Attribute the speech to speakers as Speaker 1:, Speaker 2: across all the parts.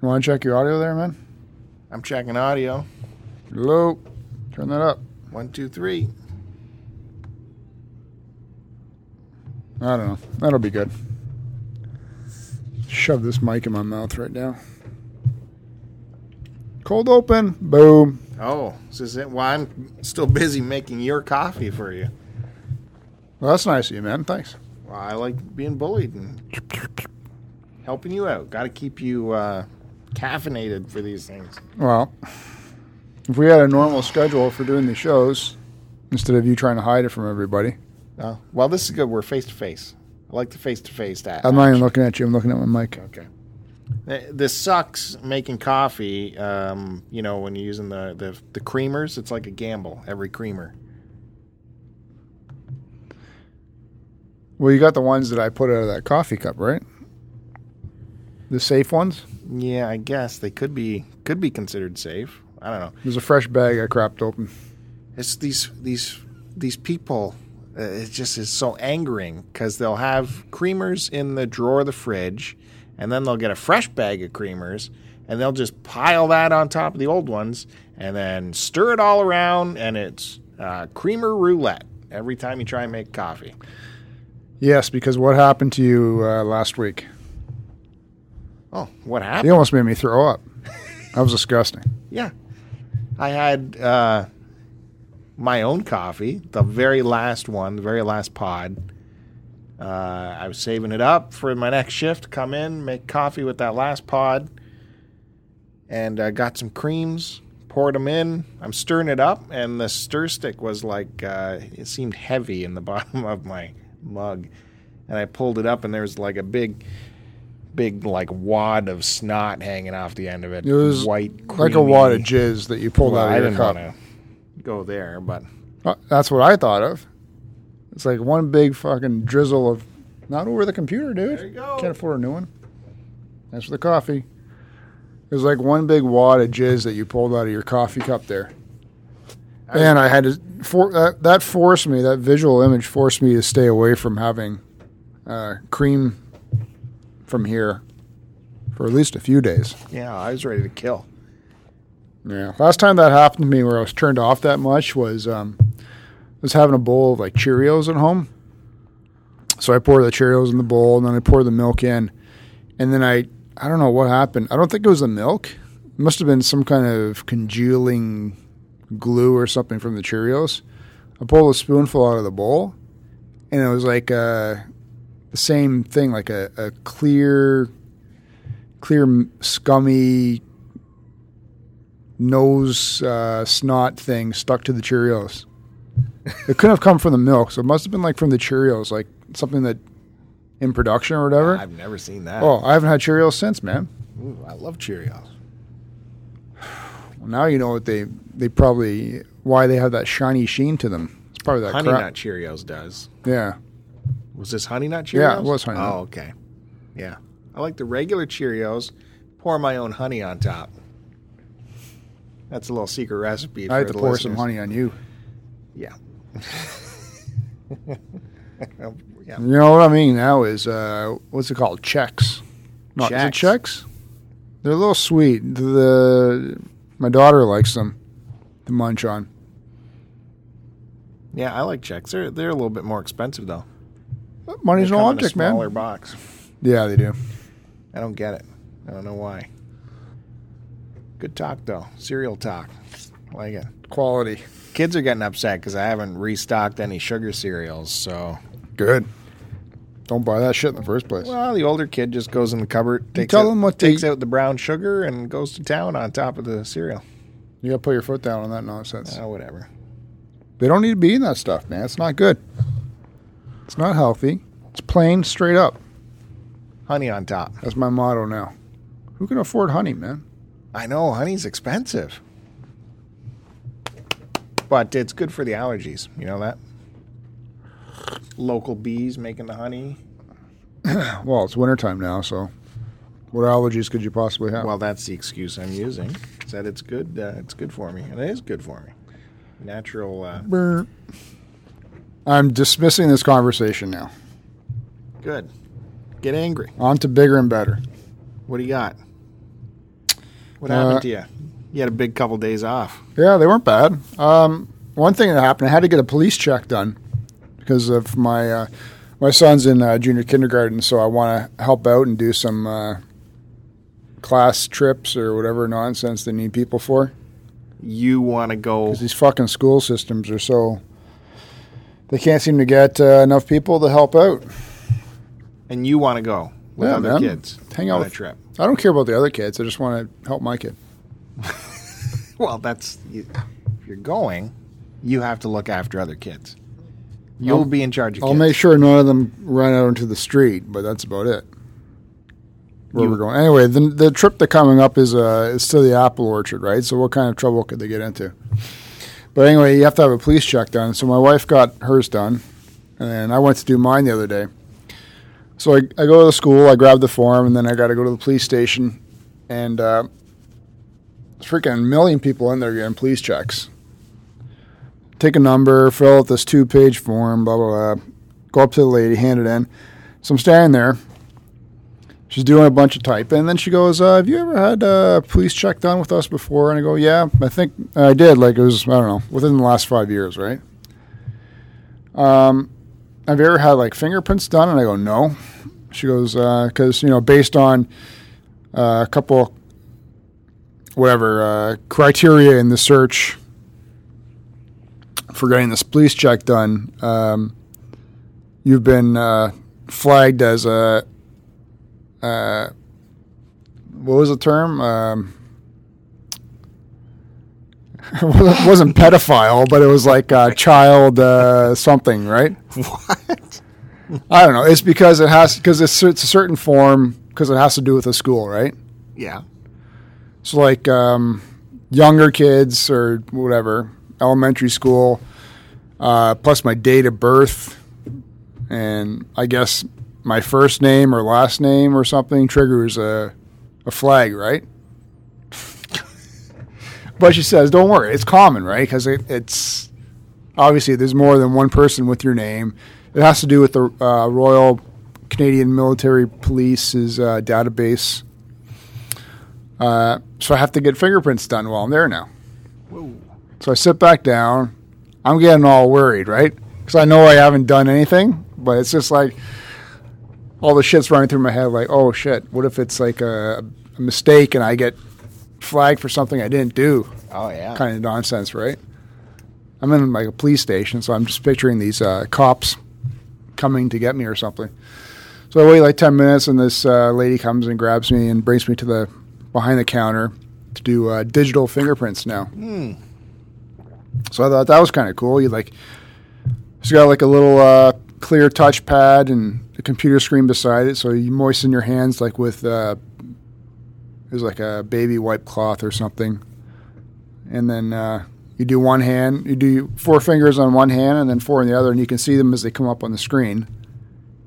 Speaker 1: You want to check your audio there, man?
Speaker 2: I'm checking audio.
Speaker 1: Hello. Turn that up.
Speaker 2: One, two, three.
Speaker 1: I don't know. That'll be good. Shove this mic in my mouth right now. Cold open. Boom.
Speaker 2: Oh, this is it. Well, I'm still busy making your coffee for you.
Speaker 1: Well, that's nice of you, man. Thanks.
Speaker 2: Well, I like being bullied and helping you out. Got to keep you uh, caffeinated for these things.
Speaker 1: Well, if we had a normal schedule for doing the shows, instead of you trying to hide it from everybody,
Speaker 2: Oh, well, this is good. We're face to face. I like the face to face that.
Speaker 1: I'm not even looking at you. I'm looking at my mic.
Speaker 2: Okay. Th- This sucks making coffee. Um, you know, when you're using the, the the creamers, it's like a gamble. Every creamer.
Speaker 1: Well, you got the ones that I put out of that coffee cup, right? The safe ones.
Speaker 2: Yeah, I guess they could be could be considered safe. I don't know.
Speaker 1: There's a fresh bag I crapped open.
Speaker 2: it's these these these people uh, it just is so angering because they'll have creamers in the drawer of the fridge and then they'll get a fresh bag of creamers and they'll just pile that on top of the old ones and then stir it all around and it's uh, creamer roulette every time you try and make coffee
Speaker 1: Yes, because what happened to you uh, last week?
Speaker 2: oh what
Speaker 1: You
Speaker 2: happened
Speaker 1: almost made me throw up. That was disgusting.
Speaker 2: yeah i had uh, my own coffee the very last one the very last pod Uh, I was saving it up for my next shift. Come in, make coffee with that last pod, and uh, got some creams. Poured them in. I'm stirring it up, and the stir stick was like uh, it seemed heavy in the bottom of my mug. And I pulled it up, and there was like a big, big like wad of snot hanging off the end of it.
Speaker 1: It was
Speaker 2: white,
Speaker 1: Like a wad of
Speaker 2: creamy-
Speaker 1: jizz that you pulled
Speaker 2: Well,
Speaker 1: out
Speaker 2: I
Speaker 1: of your
Speaker 2: didn't
Speaker 1: cup.
Speaker 2: want to go there, but
Speaker 1: Uh, That's what I thought of. It's like one big fucking drizzle of. Not over the computer, dude.
Speaker 2: There you go.
Speaker 1: Can't afford a new one. That's for the coffee. It was like one big wad of jizz that you pulled out of your coffee cup there.
Speaker 2: I-
Speaker 1: and I had to. For, that, that forced me, that visual image forced me to stay away from having uh, cream from here for at least a few days.
Speaker 2: yeah, I was ready to kill.
Speaker 1: Yeah. Last time that happened to me where I was turned off that much was um I was having a bowl of like Cheerios at home. So I pour the Cheerios in the bowl and then I pour the milk in. And then I I don't know what happened. I don't think it was the milk. It must have been some kind of congealing glue or something from the Cheerios. I pulled a spoonful out of the bowl and it was like uh the same thing, like a, a clear clear scummy nose uh, snot thing stuck to the Cheerios. it couldn't have come from the milk, so it must have been like from the Cheerios, like something that in production or whatever.
Speaker 2: I've never seen that.
Speaker 1: oh, I haven't had Cheerios since, man.
Speaker 2: Ooh, I love Cheerios.
Speaker 1: Well, now you know what they they probably why they have that shiny sheen to them. It's probably that
Speaker 2: Honey
Speaker 1: crap.
Speaker 2: Nut Cheerios does.
Speaker 1: Yeah,
Speaker 2: Was this Honey Nut Cheerios?
Speaker 1: Yeah, it was Honey Nut.
Speaker 2: Oh, okay. Yeah. I like the regular Cheerios. Pour my own honey on top. That's a little secret recipe for
Speaker 1: I had to
Speaker 2: the
Speaker 1: pour some
Speaker 2: listeners.
Speaker 1: honey on you.
Speaker 2: Yeah. yeah.
Speaker 1: You know what I mean? Now is uh, what's it called? Checks. Not, Is it
Speaker 2: Chex.
Speaker 1: checks? They're a little sweet. The my daughter likes them to munch on.
Speaker 2: Yeah, I like checks. They're they're a little bit more expensive though.
Speaker 1: Money's
Speaker 2: They
Speaker 1: no
Speaker 2: come in a
Speaker 1: object,
Speaker 2: smaller
Speaker 1: man.
Speaker 2: box.
Speaker 1: Yeah, they do.
Speaker 2: I don't get it. I don't know why. Good talk though. Cereal talk. Like it.
Speaker 1: Quality.
Speaker 2: Kids are getting upset because I haven't restocked any sugar cereals, so
Speaker 1: Good. Don't buy that shit in the first place.
Speaker 2: Well, the older kid just goes in the cupboard, takes,
Speaker 1: tell
Speaker 2: out,
Speaker 1: him what to
Speaker 2: takes
Speaker 1: eat.
Speaker 2: out the brown sugar, and goes to town on top of the cereal.
Speaker 1: you gotta put your foot down on that nonsense.
Speaker 2: Oh, whatever.
Speaker 1: They don't need to be eating that stuff, man. It's not good. It's not healthy. It's plain, straight up.
Speaker 2: Honey on top.
Speaker 1: That's my motto now. Who can afford honey, man?
Speaker 2: I know honey's expensive, but it's good for the allergies. You know that. Local bees making the honey.
Speaker 1: Well, it's wintertime now, so what allergies could you possibly have?
Speaker 2: Well, that's the excuse I'm using. Is that it's good. Uh, it's good for me, and it is good for me. Natural. Uh,
Speaker 1: Brr. I'm dismissing this conversation now.
Speaker 2: good. Get angry.
Speaker 1: On to bigger and better.
Speaker 2: What do you got?
Speaker 1: Uh,
Speaker 2: What happened to you? You had a big couple days off.
Speaker 1: Yeah, they weren't bad. Um, one thing that happened, I had to get a police check done because of my uh, my son's in uh, junior kindergarten, so I want to help out and do some uh, class trips or whatever nonsense they need people for.
Speaker 2: You want to go?
Speaker 1: 'Cause these fucking school systems are so they can't seem to get uh, enough people to help out.
Speaker 2: and you want to go with
Speaker 1: Yeah,
Speaker 2: other
Speaker 1: man.
Speaker 2: kids
Speaker 1: Hang out
Speaker 2: on a
Speaker 1: with-
Speaker 2: trip.
Speaker 1: I don't care about the other kids. I just want to help my kid.
Speaker 2: Well, that's you, if you're going, you have to look after other kids. You'll
Speaker 1: I'll-
Speaker 2: be in charge of
Speaker 1: I'll
Speaker 2: kids.
Speaker 1: make sure none of them run out into the street, but that's about it. Where
Speaker 2: You-
Speaker 1: we're going. Anyway, the, the trip that's coming up is uh, it's to the apple orchard, right? So what kind of trouble could they get into? But anyway, you have to have a police check done. So my wife got hers done, and I went to do mine the other day. So I, I go to the school, I grab the form, and then I got to go to the police station, and uh, freaking million people in there getting police checks. Take a number, fill out this two-page form, blah blah blah. Go up to the lady, hand it in. So I'm standing there. She's doing a bunch of typing, and then she goes, uh, "Have you ever had a police check done with us before?" And I go, "Yeah, I think I did. Like it was, I don't know, within the last five years, right?" Um, have you ever had like fingerprints done? And I go, "No." She goes, "Because you know, based on uh, a couple, whatever uh, criteria in the search for getting this police check done, um, you've been uh, flagged as a." uh, what was the term? Um, it wasn't pedophile, but it was like uh, child uh, something, right?
Speaker 2: what?
Speaker 1: I don't know. It's because it has because it's, it's a certain form because it has to do with a school, right?
Speaker 2: Yeah.
Speaker 1: So like um, younger kids or whatever, elementary school, uh, plus my date of birth, and I guess my first name or last name or something triggers a a flag, right? but she says, "Don't worry, it's common, right? Because it, it's obviously there's more than one person with your name. It has to do with the uh, Royal Canadian Military Police's uh, database." Uh, so I have to get fingerprints done while I'm there now.
Speaker 2: Whoa.
Speaker 1: So I sit back down. I'm getting all worried, right? Because I know I haven't done anything, but it's just like all the shit's running through my head. Like, oh shit, what if it's like a, a mistake and I get flagged for something I didn't do?
Speaker 2: Oh yeah.
Speaker 1: Kind of nonsense, right? I'm in like a police station, so I'm just picturing these uh, cops coming to get me or something. So I wait like 10 minutes, and this uh, lady comes and grabs me and brings me to the behind the counter to do uh, digital fingerprints now. So I thought that was kind of cool. You like, it's got like a little uh, clear touchpad and a computer screen beside it. So you moisten your hands like with uh, it was like a baby wipe cloth or something, and then uh, you do one hand, you do four fingers on one hand and then four on the other, and you can see them as they come up on the screen,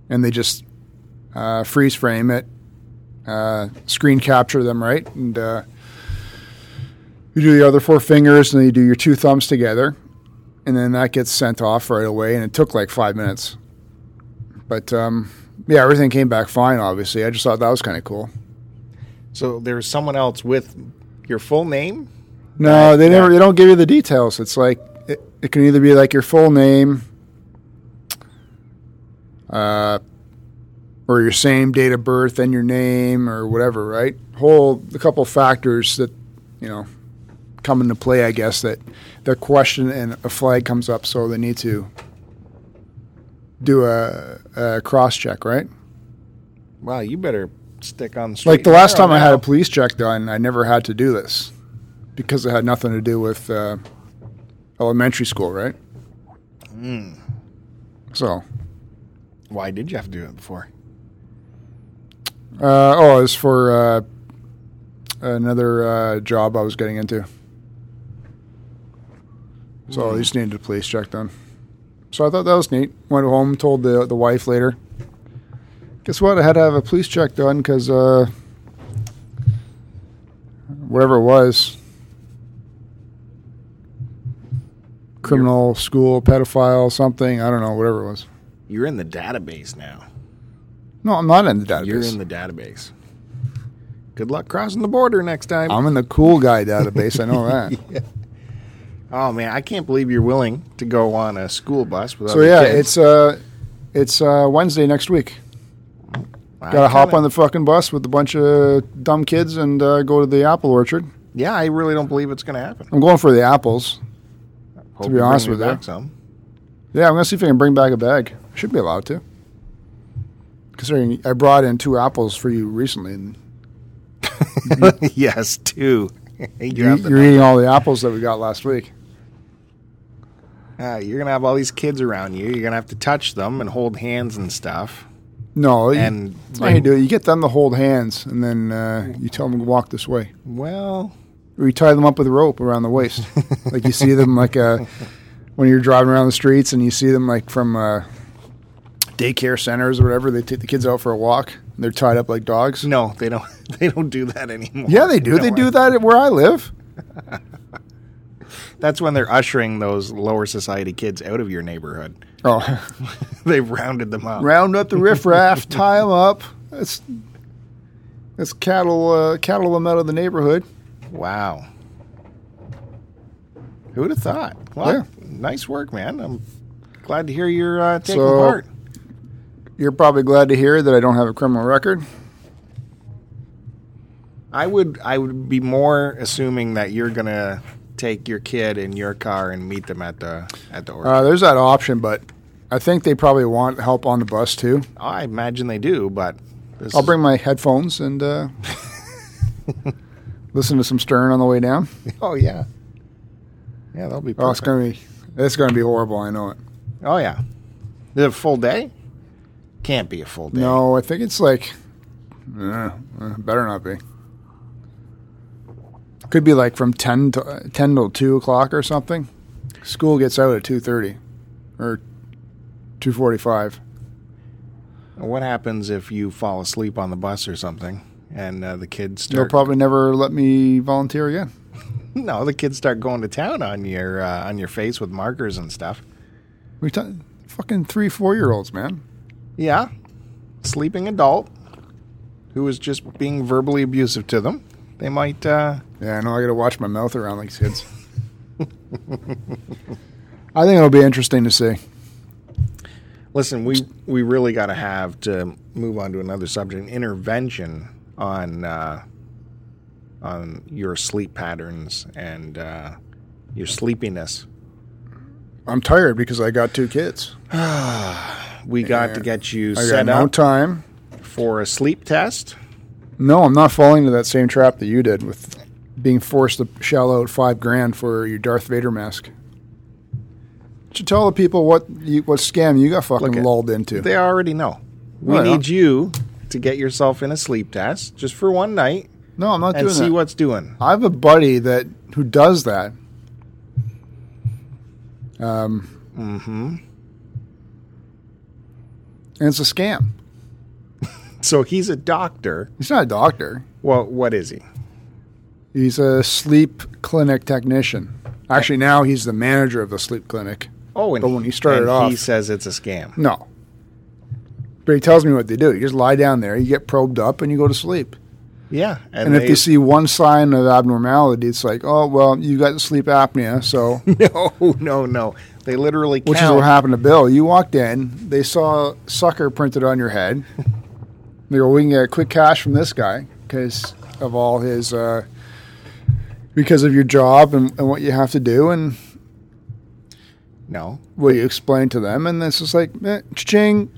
Speaker 1: and they just uh, freeze frame it, uh, screen capture them right, and. Uh, you do the other four fingers and then you do your two thumbs together and then that gets sent off right away and it took like five minutes but um, yeah everything came back fine obviously i just thought that was kind of cool
Speaker 2: So there's someone else with your full name.
Speaker 1: no they
Speaker 2: Yeah.
Speaker 1: never they don't give you the details it's like it, it can either be like your full name uh, or your same date of birth and your name or whatever right whole a couple factors that you know come into play i guess that the question and a flag comes up so they need to do a, a cross check right
Speaker 2: Wow, you better stick on the street.
Speaker 1: like the last time I had a police
Speaker 2: police
Speaker 1: check done, I never had to do this because it had nothing to do with uh, elementary school, right? So,
Speaker 2: Mm. Why did you have to do it before?
Speaker 1: uh, oh, it was for uh, another uh, job I was getting into. So I just needed a police check done. So I thought that was neat. Went home, told the the wife later. Guess what? I had to have a police check done because uh, whatever it was, criminal, school, pedophile, something. I don't know. Whatever it was.
Speaker 2: You're in the database now.
Speaker 1: No, I'm not in the database.
Speaker 2: You're in the database. Good luck crossing the border next time.
Speaker 1: I'm in the cool guy database. I know that.
Speaker 2: oh man, I can't believe you're willing to go on a school bus with
Speaker 1: So
Speaker 2: other
Speaker 1: yeah,
Speaker 2: kids.
Speaker 1: it's uh, it's uh, Wednesday next week.
Speaker 2: I
Speaker 1: Got to hop
Speaker 2: kinda-
Speaker 1: on the fucking bus with a bunch of dumb kids and uh, go to the apple orchard.
Speaker 2: Yeah, I really don't believe it's going to happen.
Speaker 1: I'm going for the apples. be
Speaker 2: Hope you bring
Speaker 1: honest
Speaker 2: me
Speaker 1: with you.
Speaker 2: back some.
Speaker 1: Yeah, I'm gonna see if I can bring back a bag. I should be allowed to. Considering I brought in two apples for you recently, and
Speaker 2: yes, two. you
Speaker 1: you, are
Speaker 2: have the
Speaker 1: eating all the apples that we got last week.
Speaker 2: Uh, you're gonna have all these kids around you. You're gonna have to touch them and hold hands and stuff.
Speaker 1: No, you,
Speaker 2: And
Speaker 1: that's not how you do it. You get them to hold hands, and then uh, you tell them to walk this way,
Speaker 2: well,
Speaker 1: or you tie them up with a rope around the waist, like you see them like uh, when you're driving around the streets, and you see them like from uh, daycare centers or whatever. They take the kids out for a walk, and they're tied up like dogs.
Speaker 2: no, they don't. They don't do that anymore.
Speaker 1: Yeah, they do. They do that where I live.
Speaker 2: That's when they're ushering those lower society kids out of your neighborhood.
Speaker 1: Oh.
Speaker 2: They've rounded them up.
Speaker 1: round up the riffraff, tie them up. That's that's cattle uh, cattle them out of the neighborhood.
Speaker 2: Wow. Who'd have thought? Well,
Speaker 1: Yeah.
Speaker 2: nice work, man. I'm glad to hear you're uh, taking
Speaker 1: So-
Speaker 2: part.
Speaker 1: You're probably glad to hear that I don't have a criminal record.
Speaker 2: I would. I would be more assuming that you're gonna take your kid in your car and meet them at the at the orchard.
Speaker 1: Uh, there's that option, but I think they probably want help on the bus too.
Speaker 2: I imagine they do, but this
Speaker 1: I'll bring my headphones and uh, listen to some Stern on the way down.
Speaker 2: Is, oh yeah, yeah, that'll be. Perfect.
Speaker 1: Oh, it's gonna be it's gonna be horrible. I know it.
Speaker 2: Oh yeah, Is it a full day? Can't be a full day.
Speaker 1: No, I think it's like uh, uh, better not be. Could be like from ten to uh, ten till two o'clock or something. School gets out at two thirty or two forty five.
Speaker 2: What happens if you fall asleep on the bus or something, and uh, the kids
Speaker 1: They'll
Speaker 2: start?
Speaker 1: probably never let me volunteer again.
Speaker 2: no, the kids start going to town on your uh, on your face with markers and stuff.
Speaker 1: We t- fucking three four year olds, man.
Speaker 2: Yeah, sleeping adult who is just being verbally abusive to them. They might. Uh,
Speaker 1: Yeah, I know. I got to watch my mouth around these kids. I think it'll be interesting to see.
Speaker 2: Listen, we we really got to have to move on to another subject. An intervention on uh, on your sleep patterns and uh, your sleepiness.
Speaker 1: I'm tired because I got two kids.
Speaker 2: We got to get you
Speaker 1: I got
Speaker 2: set
Speaker 1: no
Speaker 2: up
Speaker 1: time.
Speaker 2: for a sleep test.
Speaker 1: No, I'm not falling into that same trap that you did with being forced to shell out five grand for your Darth Vader mask. Should tell the people what you, what scam you got fucking
Speaker 2: Look at-
Speaker 1: lulled into.
Speaker 2: They already know. We
Speaker 1: Well, yeah.
Speaker 2: need you to get yourself in a sleep test just for one night
Speaker 1: no, I'm not
Speaker 2: and
Speaker 1: doing
Speaker 2: see
Speaker 1: that.
Speaker 2: what's doing.
Speaker 1: I have a buddy that who does that. Um,
Speaker 2: hmm
Speaker 1: and it's a scam.
Speaker 2: So he's a doctor.
Speaker 1: He's not a doctor.
Speaker 2: Well, what is he?
Speaker 1: He's a sleep clinic technician. Actually, now he's the manager of the sleep clinic.
Speaker 2: Oh, and
Speaker 1: But when he started
Speaker 2: and
Speaker 1: off-
Speaker 2: he says it's a scam.
Speaker 1: No. But he tells me what they do. You just lie down there, you get probed up, and you go to sleep.
Speaker 2: Yeah,
Speaker 1: And if you see one sign of abnormality, it's like, oh well, you got sleep apnea. So,
Speaker 2: No, no, no. They literally
Speaker 1: which is
Speaker 2: count.
Speaker 1: what happened to Bill. You walked in, they saw sucker printed on your head. They go, we can get quick cash from this guy because of all his, uh, because of your job and, and what you have to do and
Speaker 2: no,
Speaker 1: what you explain to them. And it's just like, eh, ching.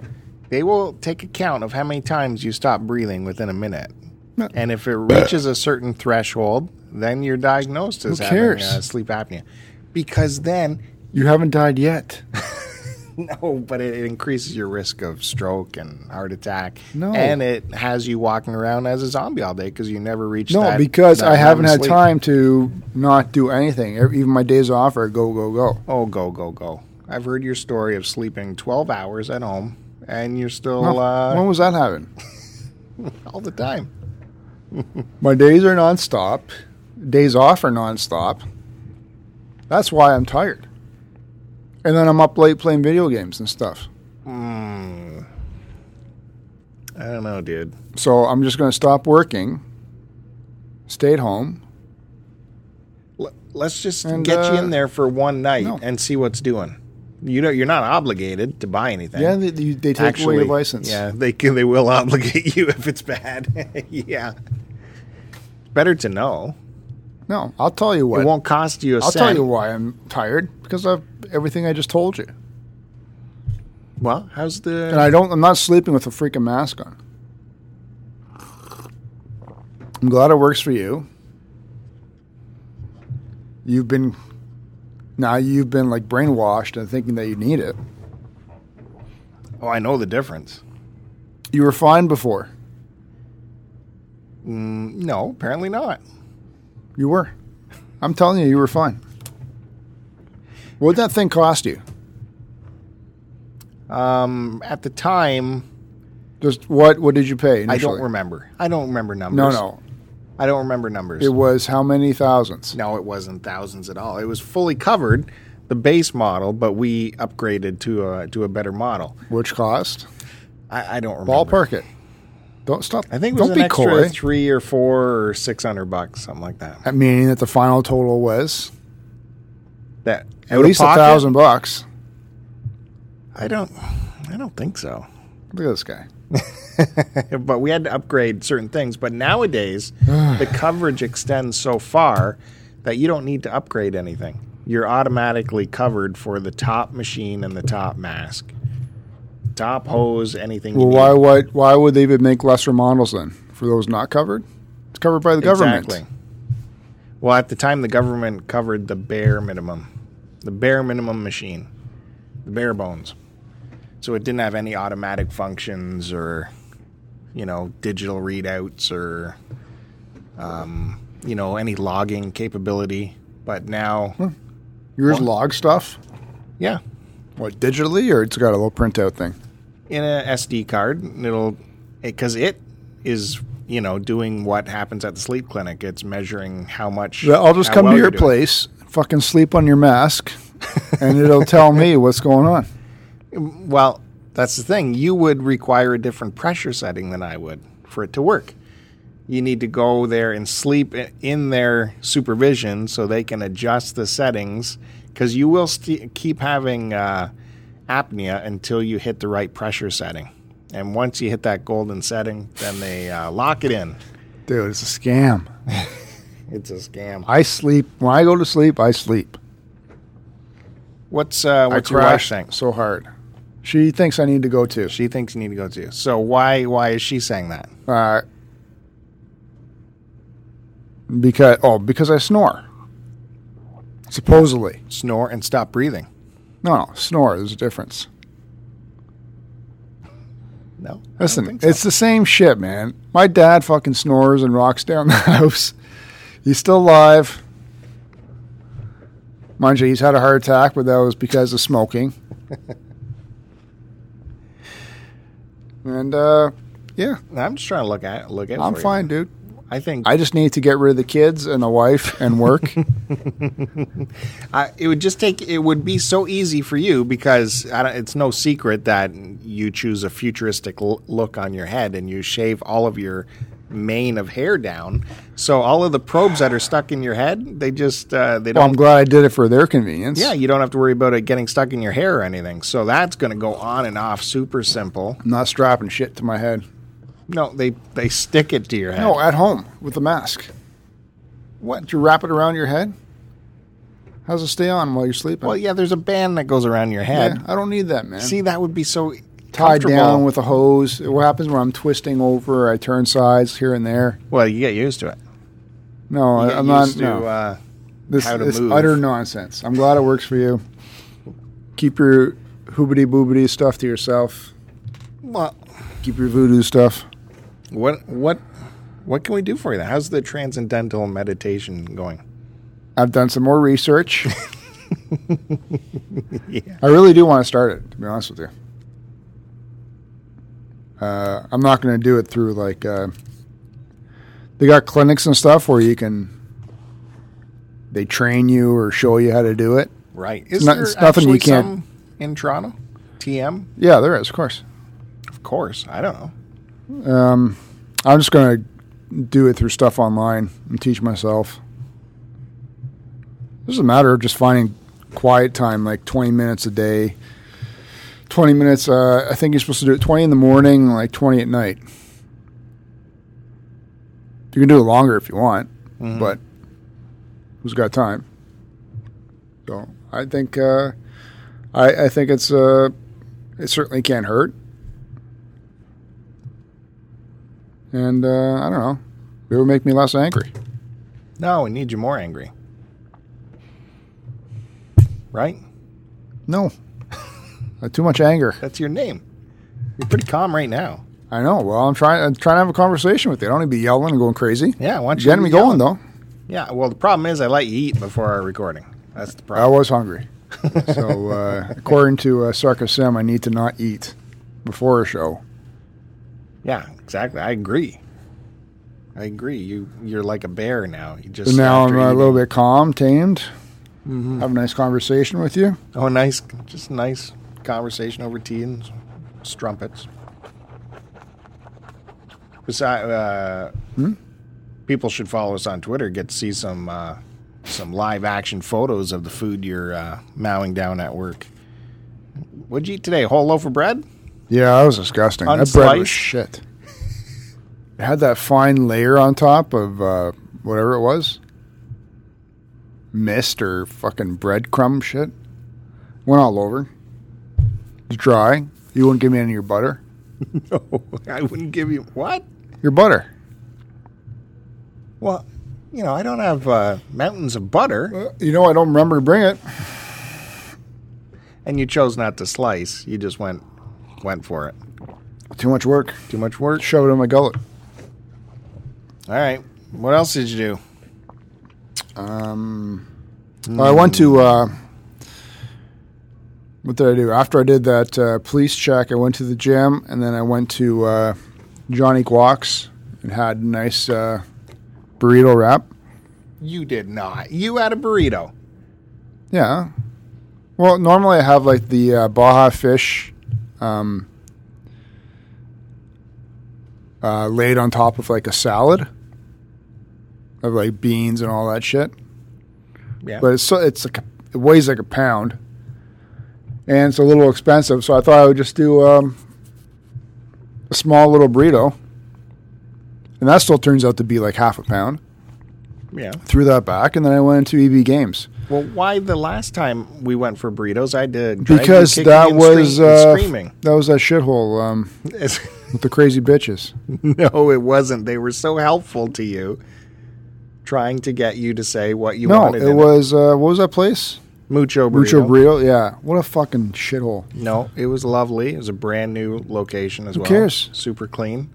Speaker 2: they will take account of how many times you stop breathing within a minute,
Speaker 1: No.
Speaker 2: and if it reaches a certain threshold, then you're diagnosed as
Speaker 1: Who
Speaker 2: having
Speaker 1: cares?
Speaker 2: Uh, sleep apnea. Because then,
Speaker 1: You haven't died yet.
Speaker 2: no, but it, it increases your risk of stroke and heart attack.
Speaker 1: No.
Speaker 2: and it has you walking around as a zombie all day because you never reach.
Speaker 1: No,
Speaker 2: that-
Speaker 1: because
Speaker 2: that
Speaker 1: I haven't
Speaker 2: REM
Speaker 1: had
Speaker 2: sleep.
Speaker 1: time to not do anything. E- Even my days off are go, go, go.
Speaker 2: Oh, go, go, go! I've heard your story of sleeping twelve hours at home, and you're still
Speaker 1: No,
Speaker 2: uh,
Speaker 1: when was that happening?
Speaker 2: all the time.
Speaker 1: My days are nonstop. Days off are nonstop. That's why I'm tired. And then I'm up late playing video games and stuff.
Speaker 2: Mm. I don't know, dude.
Speaker 1: So I'm just going to stop working stayed home.
Speaker 2: L- let's just
Speaker 1: And,
Speaker 2: get you
Speaker 1: uh,
Speaker 2: in there for one night
Speaker 1: no.
Speaker 2: and see what's doing. You know, you're not obligated to buy anything.
Speaker 1: Yeah, they, they, they take away your license.
Speaker 2: Yeah, they can, they will obligate you if it's bad. yeah, better to know.
Speaker 1: No, I'll tell you
Speaker 2: It
Speaker 1: what.
Speaker 2: won't cost you a
Speaker 1: I'll
Speaker 2: cent.
Speaker 1: tell you why I'm tired because of everything I just told you.
Speaker 2: Well, how's
Speaker 1: And
Speaker 2: the?
Speaker 1: I don't. I'm not sleeping with a freaking mask on. I'm glad it works for you. You've been now you've been like brainwashed and thinking that you need it.
Speaker 2: oh, I know the difference.
Speaker 1: You were fine before.
Speaker 2: Mm, no, apparently not.
Speaker 1: You were. I'm telling you, you were fine. What'd that thing cost you?
Speaker 2: Um, at the time,
Speaker 1: Just what? What did you pay?
Speaker 2: I don't
Speaker 1: initially?
Speaker 2: remember. I don't remember numbers.
Speaker 1: No, no.
Speaker 2: I don't remember numbers.
Speaker 1: It was how many thousands?
Speaker 2: No, it wasn't thousands at all. It was fully covered, the base model, but we upgraded to a to a better model.
Speaker 1: Which cost?
Speaker 2: I, I don't remember.
Speaker 1: Ballpark it. Don't stop.
Speaker 2: I think it was
Speaker 1: don't
Speaker 2: an
Speaker 1: be
Speaker 2: extra
Speaker 1: coy.
Speaker 2: three or four or six hundred bucks, something like that.
Speaker 1: That meaning that the final total was
Speaker 2: That
Speaker 1: at least a thousand bucks.
Speaker 2: I don't, I don't think so.
Speaker 1: Look at this guy.
Speaker 2: but we had to upgrade certain things. But nowadays, the coverage extends so far that you don't need to upgrade anything. You're automatically covered for the top machine and the top mask, top hose, anything.
Speaker 1: Well,
Speaker 2: you
Speaker 1: why
Speaker 2: need.
Speaker 1: would why would they even make lesser models then for those not covered? It's covered by the government.
Speaker 2: Exactly. Well, at the time, the government covered the bare minimum, the bare minimum machine, the bare bones. So it didn't have any automatic functions or, you know, digital readouts or, um, you know, any logging capability. But now,
Speaker 1: Yours log stuff.
Speaker 2: yeah,
Speaker 1: What digitally or it's got a little printout thing?
Speaker 2: in a SD card, and it'll, because it is, you know, doing what happens at the sleep clinic. It's measuring how much.
Speaker 1: Yeah, I'll just
Speaker 2: how
Speaker 1: come
Speaker 2: well
Speaker 1: to
Speaker 2: you're
Speaker 1: your
Speaker 2: doing.
Speaker 1: place, fucking sleep on your mask, and it'll tell me what's going on.
Speaker 2: Well, that's the thing. You would require a different pressure setting than I would for it to work. You need to go there and sleep i- in their supervision so they can adjust the settings because you will st- keep having uh, apnea until you hit the right pressure setting. And once you hit that golden setting, then they uh, lock it in.
Speaker 1: Dude, it's a scam.
Speaker 2: It's a scam.
Speaker 1: I sleep when I go to sleep. I sleep.
Speaker 2: What's uh, what's
Speaker 1: I
Speaker 2: your wife
Speaker 1: crash
Speaker 2: saying?
Speaker 1: so hard. She thinks I need to go too.
Speaker 2: She thinks you need to go to. So why why is she saying that?
Speaker 1: Uh, because oh, because I snore. Supposedly,
Speaker 2: Snore and stop breathing.
Speaker 1: no, no, snore. There's a difference.
Speaker 2: No, I don't
Speaker 1: Listen,
Speaker 2: think so.
Speaker 1: it's the same shit, man. My dad fucking snores and rocks down the house. He's still alive. Mind you, he's had a heart attack, but that was because of smoking. and uh, yeah,
Speaker 2: I'm just trying to look at look at.
Speaker 1: I'm fine, dude.
Speaker 2: I think
Speaker 1: I just need to get rid of the kids and the wife and work.
Speaker 2: I, it would just take. It would be so easy for you because I don't, it's no secret that you choose a futuristic l- look on your head and you shave all of your mane of hair down. So all of the probes that are stuck in your head, they just uh, they
Speaker 1: well,
Speaker 2: don't.
Speaker 1: I'm glad I did it for their convenience.
Speaker 2: yeah, you don't have to worry about it getting stuck in your hair or anything. So that's going to go on and off, super simple.
Speaker 1: I'm not strapping shit to my head.
Speaker 2: No, they they stick it to your head.
Speaker 1: No, at home with the mask. What? You wrap it around your head? How's it stay on while you're sleeping?
Speaker 2: well, yeah, there's a band that goes around your head.
Speaker 1: Yeah, I don't need that, man.
Speaker 2: See, that would be so
Speaker 1: Tied
Speaker 2: comfortable.
Speaker 1: down with a hose. What happens when I'm twisting over? I turn sides here and there.
Speaker 2: Well, you get used to it.
Speaker 1: No,
Speaker 2: You
Speaker 1: I,
Speaker 2: get
Speaker 1: I'm not.
Speaker 2: used to,
Speaker 1: no.
Speaker 2: uh,
Speaker 1: this
Speaker 2: how to
Speaker 1: this
Speaker 2: move.
Speaker 1: utter nonsense. I'm glad it works for you. Keep your hoobity boobity stuff to yourself.
Speaker 2: well,
Speaker 1: Keep your voodoo stuff.
Speaker 2: what what what can we do for you? How's the transcendental meditation going?
Speaker 1: I've done some more research.
Speaker 2: Yeah.
Speaker 1: I really do want to start it, to be honest with you. Uh, I'm not going to do it through like uh, they got clinics and stuff where you can they train you or show you how to do it.
Speaker 2: Right? Is
Speaker 1: not-
Speaker 2: there
Speaker 1: it's nothing you
Speaker 2: actually
Speaker 1: can't-
Speaker 2: some in Toronto? TM,
Speaker 1: Yeah, there is, of course.
Speaker 2: of course. I don't know.
Speaker 1: Um, I'm just going to do it through stuff online and teach myself. It's just a matter of just finding quiet time, like 20 minutes a day. 20 minutes, uh, I think you're supposed to do it 20 in the morning, like 20 at night. You can do it longer if you want,
Speaker 2: Mhm.
Speaker 1: but who's got time? So I think uh, I, I think it's uh, it certainly can't hurt. And uh, I don't know, it would make me less angry.
Speaker 2: No, we need you more angry. Right?
Speaker 1: No, Uh, too much anger.
Speaker 2: That's your name. You're pretty calm right now.
Speaker 1: I know. Well, I'm trying. I'm trying to have a conversation with you. I don't need to be yelling and going crazy.
Speaker 2: Yeah, I want
Speaker 1: You're
Speaker 2: you to
Speaker 1: getting me
Speaker 2: be yelling.
Speaker 1: going though.
Speaker 2: Yeah, well, the problem is I let you eat before our recording. That's the
Speaker 1: I
Speaker 2: problem.
Speaker 1: was hungry. so, uh, according to uh, Sarkis Sim, I need to not eat before a show.
Speaker 2: Yeah, exactly. I agree. I agree. You you're like a bear now. uh, You just
Speaker 1: So now I'm uh,
Speaker 2: after
Speaker 1: a
Speaker 2: eating-
Speaker 1: little bit calm, tamed. Have a nice conversation with you.
Speaker 2: Oh, nice, just nice conversation over tea and strumpets. Besides, uh, people should follow us on Twitter. Get to see some uh, some live action photos of the food you're uh, mowing down at work. What'd you eat today? A whole loaf of bread?
Speaker 1: Yeah, that was disgusting. That bread
Speaker 2: Unsliced?
Speaker 1: was shit. It had that fine layer on top of uh, whatever it was, mist or fucking breadcrumb shit. Went all over. It's dry. You wouldn't give me any of your butter.
Speaker 2: No, I wouldn't give you what.
Speaker 1: Your butter.
Speaker 2: Well, you know, I don't have uh, mountains of butter,
Speaker 1: Uh, You know, I don't remember to bring it.
Speaker 2: and you chose not to slice. You just went went for it.
Speaker 1: Too much work.
Speaker 2: Too much work.
Speaker 1: Shove it in my gullet.
Speaker 2: All right. What else did you do?
Speaker 1: I went to. Uh, what did I do after I did that uh, police check? I went to the gym and then I went to uh, Johnny Guac's and had a nice uh, burrito wrap.
Speaker 2: You did not. You had a burrito.
Speaker 1: Yeah. Well, normally I have like the uh, Baja fish um, uh, laid on top of like a salad of like beans and all that shit.
Speaker 2: Yeah.
Speaker 1: but it's so it's like a, it weighs like a pound, and it's a little expensive. So I thought I would just do um, a small little burrito, and that still turns out to be like half a pound.
Speaker 2: yeah.
Speaker 1: Threw that back, and then I went into EB Games.
Speaker 2: Well, why the last time we went for burritos, I did
Speaker 1: Because that was uh,
Speaker 2: screaming.
Speaker 1: that was that shithole um,
Speaker 2: It's-
Speaker 1: with the crazy bitches.
Speaker 2: no, it wasn't. They were so helpful to you, trying to get you to say what you
Speaker 1: no,
Speaker 2: wanted.
Speaker 1: it
Speaker 2: in
Speaker 1: was uh, what was that place?
Speaker 2: mucho burrito.
Speaker 1: Mucho Burrito. Yeah, what a fucking shithole.
Speaker 2: No, it was lovely. It was a brand new location as well.
Speaker 1: cares?
Speaker 2: Super clean,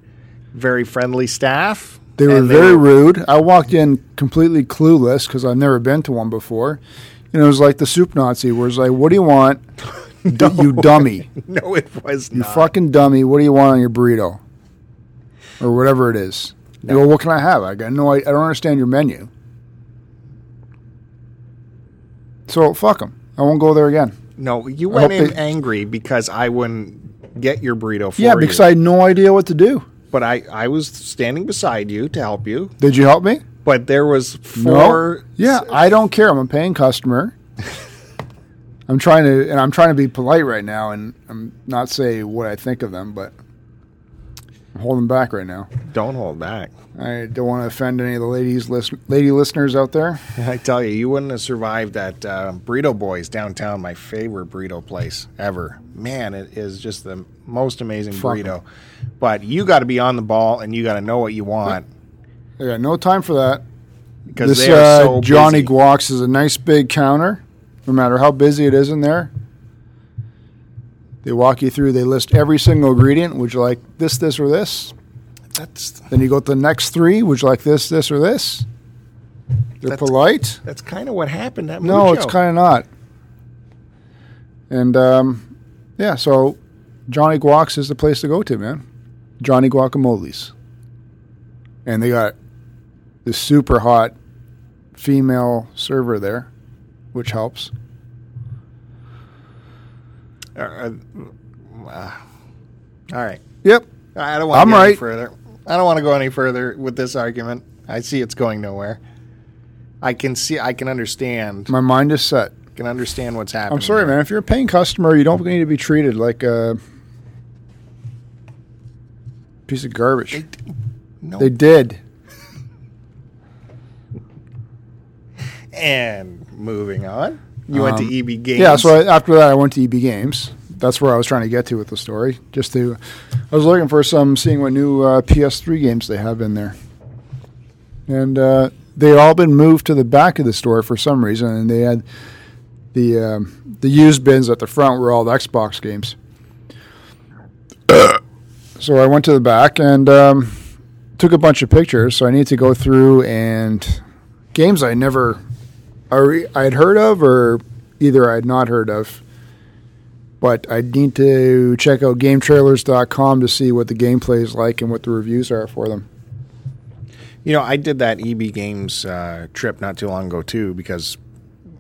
Speaker 2: very friendly staff.
Speaker 1: They were
Speaker 2: And
Speaker 1: very rude. I walked in completely clueless because I've never been to one before. And it was like the soup Nazi, where it's like, what do you want? D- you dummy.
Speaker 2: No, it was
Speaker 1: You
Speaker 2: not.
Speaker 1: fucking dummy. What do you want on your burrito? Or whatever it is. You go, what can I have? I got no, I, I don't understand your menu. So fuck them. I won't go there again.
Speaker 2: No, you
Speaker 1: hope
Speaker 2: went in
Speaker 1: they-
Speaker 2: angry because I wouldn't get your burrito for
Speaker 1: yeah,
Speaker 2: you.
Speaker 1: because I had no idea what to do.
Speaker 2: but I, I was standing beside you to help you.
Speaker 1: Did you help me?
Speaker 2: But there was four.
Speaker 1: No. Yeah, I don't care. I'm a paying customer. I'm trying to, and I'm trying to be polite right now, and I'm not say what I think of them, but I'm holding back right now.
Speaker 2: Don't hold back.
Speaker 1: I don't want to offend any of the ladies, listen, lady listeners out there.
Speaker 2: I tell you, you wouldn't have survived that uh, Burrito Boys downtown, my favorite burrito place ever. Man, it is just the most amazing
Speaker 1: Fuck 'em.
Speaker 2: burrito. But you got to be on the ball and you got to know what you want
Speaker 1: I got no time for that.
Speaker 2: because
Speaker 1: This
Speaker 2: they are
Speaker 1: uh,
Speaker 2: so
Speaker 1: Johnny
Speaker 2: busy.
Speaker 1: Guax is a nice big counter. No matter how busy it is in there, they walk you through. They list every single ingredient. Would you like this, this, or this?
Speaker 2: That's
Speaker 1: Then you go to the next three. Would you like this, this, or this? They're
Speaker 2: That's-
Speaker 1: polite.
Speaker 2: that's kind of what happened. At
Speaker 1: No, it's
Speaker 2: Mucho.
Speaker 1: kind of not. And um, yeah, so Johnny Guac's is the place to go to, man. Johnny Guacamole's, and they got the super hot female server there, which helps.
Speaker 2: Uh, uh, uh, all right.
Speaker 1: Yep,
Speaker 2: I don't want
Speaker 1: I'm
Speaker 2: to get any
Speaker 1: right.
Speaker 2: further. I don't want to go any further with this argument. I see it's going nowhere. I can see. I can understand.
Speaker 1: My mind is set.
Speaker 2: Can understand what's happening.
Speaker 1: I'm sorry,
Speaker 2: here.
Speaker 1: man. If you're a paying customer, you don't need to be treated like a piece of garbage.
Speaker 2: They- no.
Speaker 1: They did.
Speaker 2: and moving on. You went to E
Speaker 1: Um,
Speaker 2: EB Games.
Speaker 1: Yeah, so I, after that, I went to EB Games. That's where I was trying to get to with the story. Just to, I was looking for some, seeing what new uh, PS3 games they have in there, and uh, they've all been moved to the back of the store for some reason. And they had the um, the used bins at the front were all the Xbox games. so I went to the back and um, took a bunch of pictures. So I need to go through and games I never I re- I had heard of or either I had not heard of. But I need to check out gametrailers.com to see what the gameplay is like and what the reviews are for them.
Speaker 2: You know, I did that EB Games uh, trip not too long ago too, because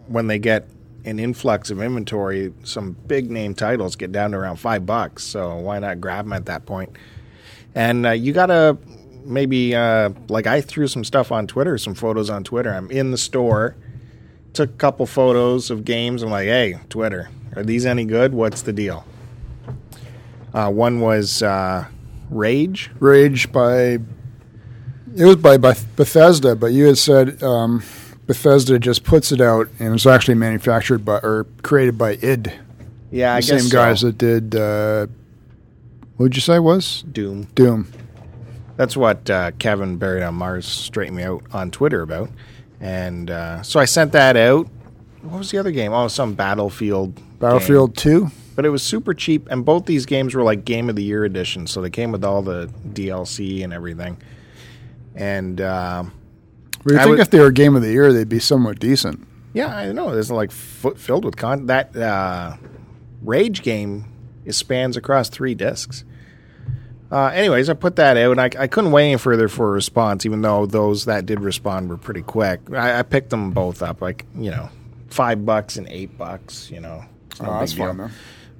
Speaker 2: when they get an influx of inventory, some big name titles get down to around five bucks. So why not grab them at that point? And uh, you gotta maybe uh, like I threw some stuff on Twitter, some photos on Twitter. I'm in the store, took a couple photos of games. I'm like, hey, Twitter, are these any good? What's the deal? Uh, one was uh, Rage.
Speaker 1: Rage by it was by Beth- Bethesda, but you had said um, Bethesda just puts it out and it's actually manufactured by or created by id,
Speaker 2: Yeah, I
Speaker 1: the same
Speaker 2: guess
Speaker 1: guys
Speaker 2: so.
Speaker 1: that did uh, what'd you say it was
Speaker 2: Doom.
Speaker 1: Doom.
Speaker 2: That's what uh, Kevin Buried on Mars straightened me out on Twitter about. And uh, so I sent that out. What was the other game? Oh, some Battlefield. game.
Speaker 1: Battlefield Two.
Speaker 2: But it was super cheap, and both these games were like Game of the Year edition. So they came with all the DLC and everything. And um
Speaker 1: Well, you
Speaker 2: I
Speaker 1: think
Speaker 2: would-
Speaker 1: if they were Game of the Year, they'd be somewhat decent.
Speaker 2: yeah, I know. It's like f- filled with con. That uh, Rage game is spans across three discs. Uh, anyways, I put that out, and I, I couldn't wait any further for a response, even though those that did respond were pretty quick. I, I picked them both up, like, you know, five bucks and eight bucks, you know. It's
Speaker 1: uh, Oh,
Speaker 2: no big deal.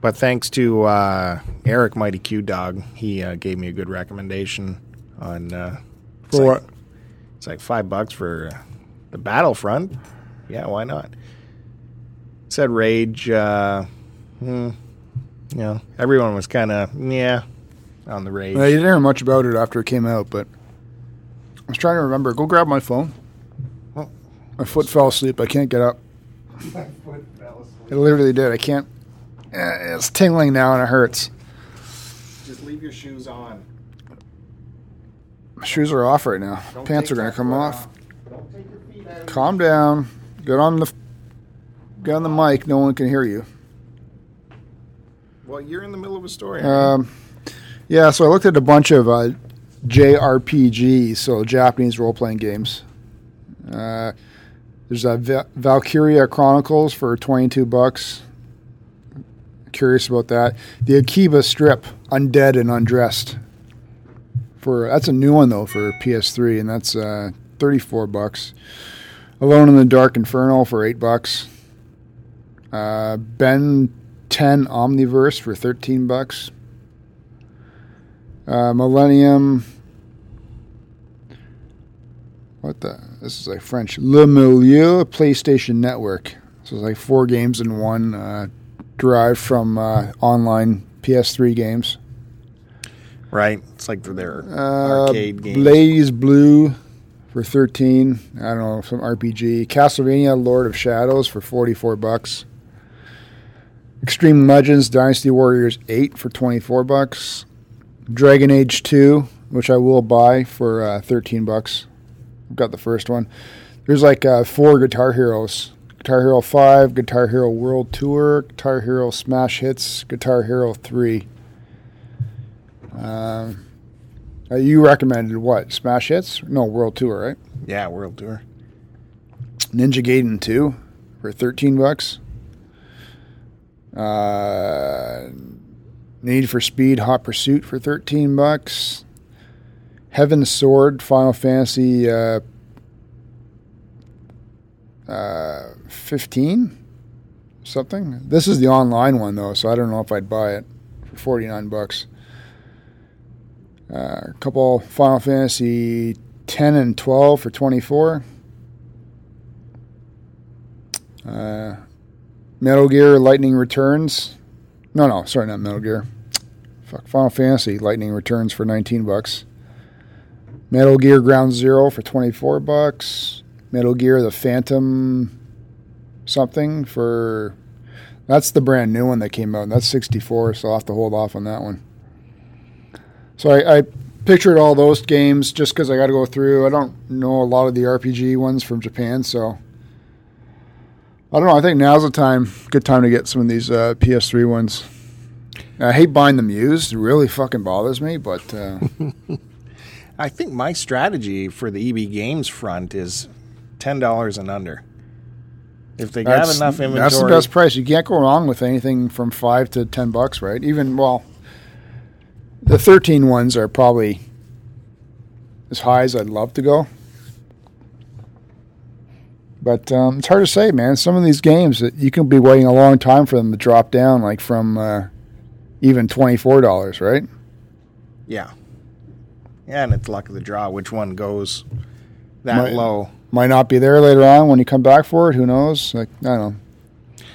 Speaker 2: But thanks to uh, Eric Mighty Q Dog, he uh, gave me a good recommendation on. Uh, it's
Speaker 1: For
Speaker 2: like-
Speaker 1: what?
Speaker 2: It's like five bucks for uh, the Battlefront. Yeah, why not? Said Rage. Uh, hmm, you know, everyone was kind of yeah on the Rage.
Speaker 1: Yeah, you didn't hear much about it after it came out, but I was trying to remember. Go grab my phone.
Speaker 2: Well-
Speaker 1: My foot fell asleep. I can't get up. It literally did. I can't. eh, It's tingling now and it hurts.
Speaker 2: Just leave your shoes on.
Speaker 1: My shoes are off right now.
Speaker 2: Don't
Speaker 1: Pants
Speaker 2: take
Speaker 1: are going
Speaker 2: that
Speaker 1: to
Speaker 2: uh,
Speaker 1: come
Speaker 2: foot
Speaker 1: off.
Speaker 2: Don't take your feet out.
Speaker 1: Calm down. Get on the f- get on the mic. No one can hear you.
Speaker 2: Well, you're in the middle of a story. aren't
Speaker 1: Um, yeah, so I looked at a bunch of uh, JRPG, so Japanese role playing games. Uh, there's a Va- Valkyria Chronicles for 22 bucks. Curious about that. The Akiba Strip, Undead and Undressed. For that's a new one though for PS3, and that's uh, 34 bucks. Alone in the Dark Inferno for eight bucks. Uh, ben 10 Omniverse for 13 bucks. Uh, Millennium. What the? This is like French. Le Milieu PlayStation Network. So it's like four games in one, uh, derived from uh, online PS3 games.
Speaker 2: you? Right. It's like their
Speaker 1: Uh,
Speaker 2: arcade game.
Speaker 1: Blaze Blue for 13. I don't know, some RPG. Castlevania Lord of Shadows for 44 bucks. Extreme Legends Dynasty Warriors 8 for 24 bucks. Dragon Age 2, which I will buy for uh, 13 bucks. I've got the first one. There's like uh, four Guitar Heroes. Guitar Hero 5, Guitar Hero World Tour, Guitar Hero Smash Hits, Guitar Hero 3. Um, uh, you recommended what? Smash Hits? No, World Tour, right?
Speaker 2: yeah, World Tour.
Speaker 1: Ninja Gaiden 2 for 13 bucks. Uh, Need for Speed Hot Pursuit for 13 bucks. Heaven's Sword Final Fantasy uh, uh, 15 something. This is the online one though, so I don't know if I'd buy it for 49 bucks. Uh, a couple Final Fantasy 10 and 12 for 24. Uh, Metal Gear Lightning Returns. No, no, sorry, not Metal Gear. Fuck, Final Fantasy Lightning Returns for 19 bucks. Metal Gear Ground Zero for 24 bucks. Metal Gear The Phantom something for that's the brand new one that came out. And that's 64, so I'll have to hold off on that one. So I, I pictured all those games just because I got to go through. I don't know a lot of the RPG ones from Japan, so I don't know. I think now's the time, good time to get some of these uh, PS3 ones. I hate buying them used; it really fucking bothers me. But uh,
Speaker 2: I think my strategy for the EB Games front is ten dollars and under. If they have
Speaker 1: that's,
Speaker 2: enough inventory,
Speaker 1: that's the best price. You can't go wrong with anything from five to ten bucks, right? Even well, the 13 ones are probably as high as I'd love to go. But um, it's hard to say, man. Some of these games that you can be waiting a long time for them to drop down, like from uh, even twenty four dollars, right?
Speaker 2: Yeah. Yeah, and it's luck of the draw which one goes that
Speaker 1: Might-
Speaker 2: low.
Speaker 1: Might not be there later on when you come back for it. Who knows? Like I don't know.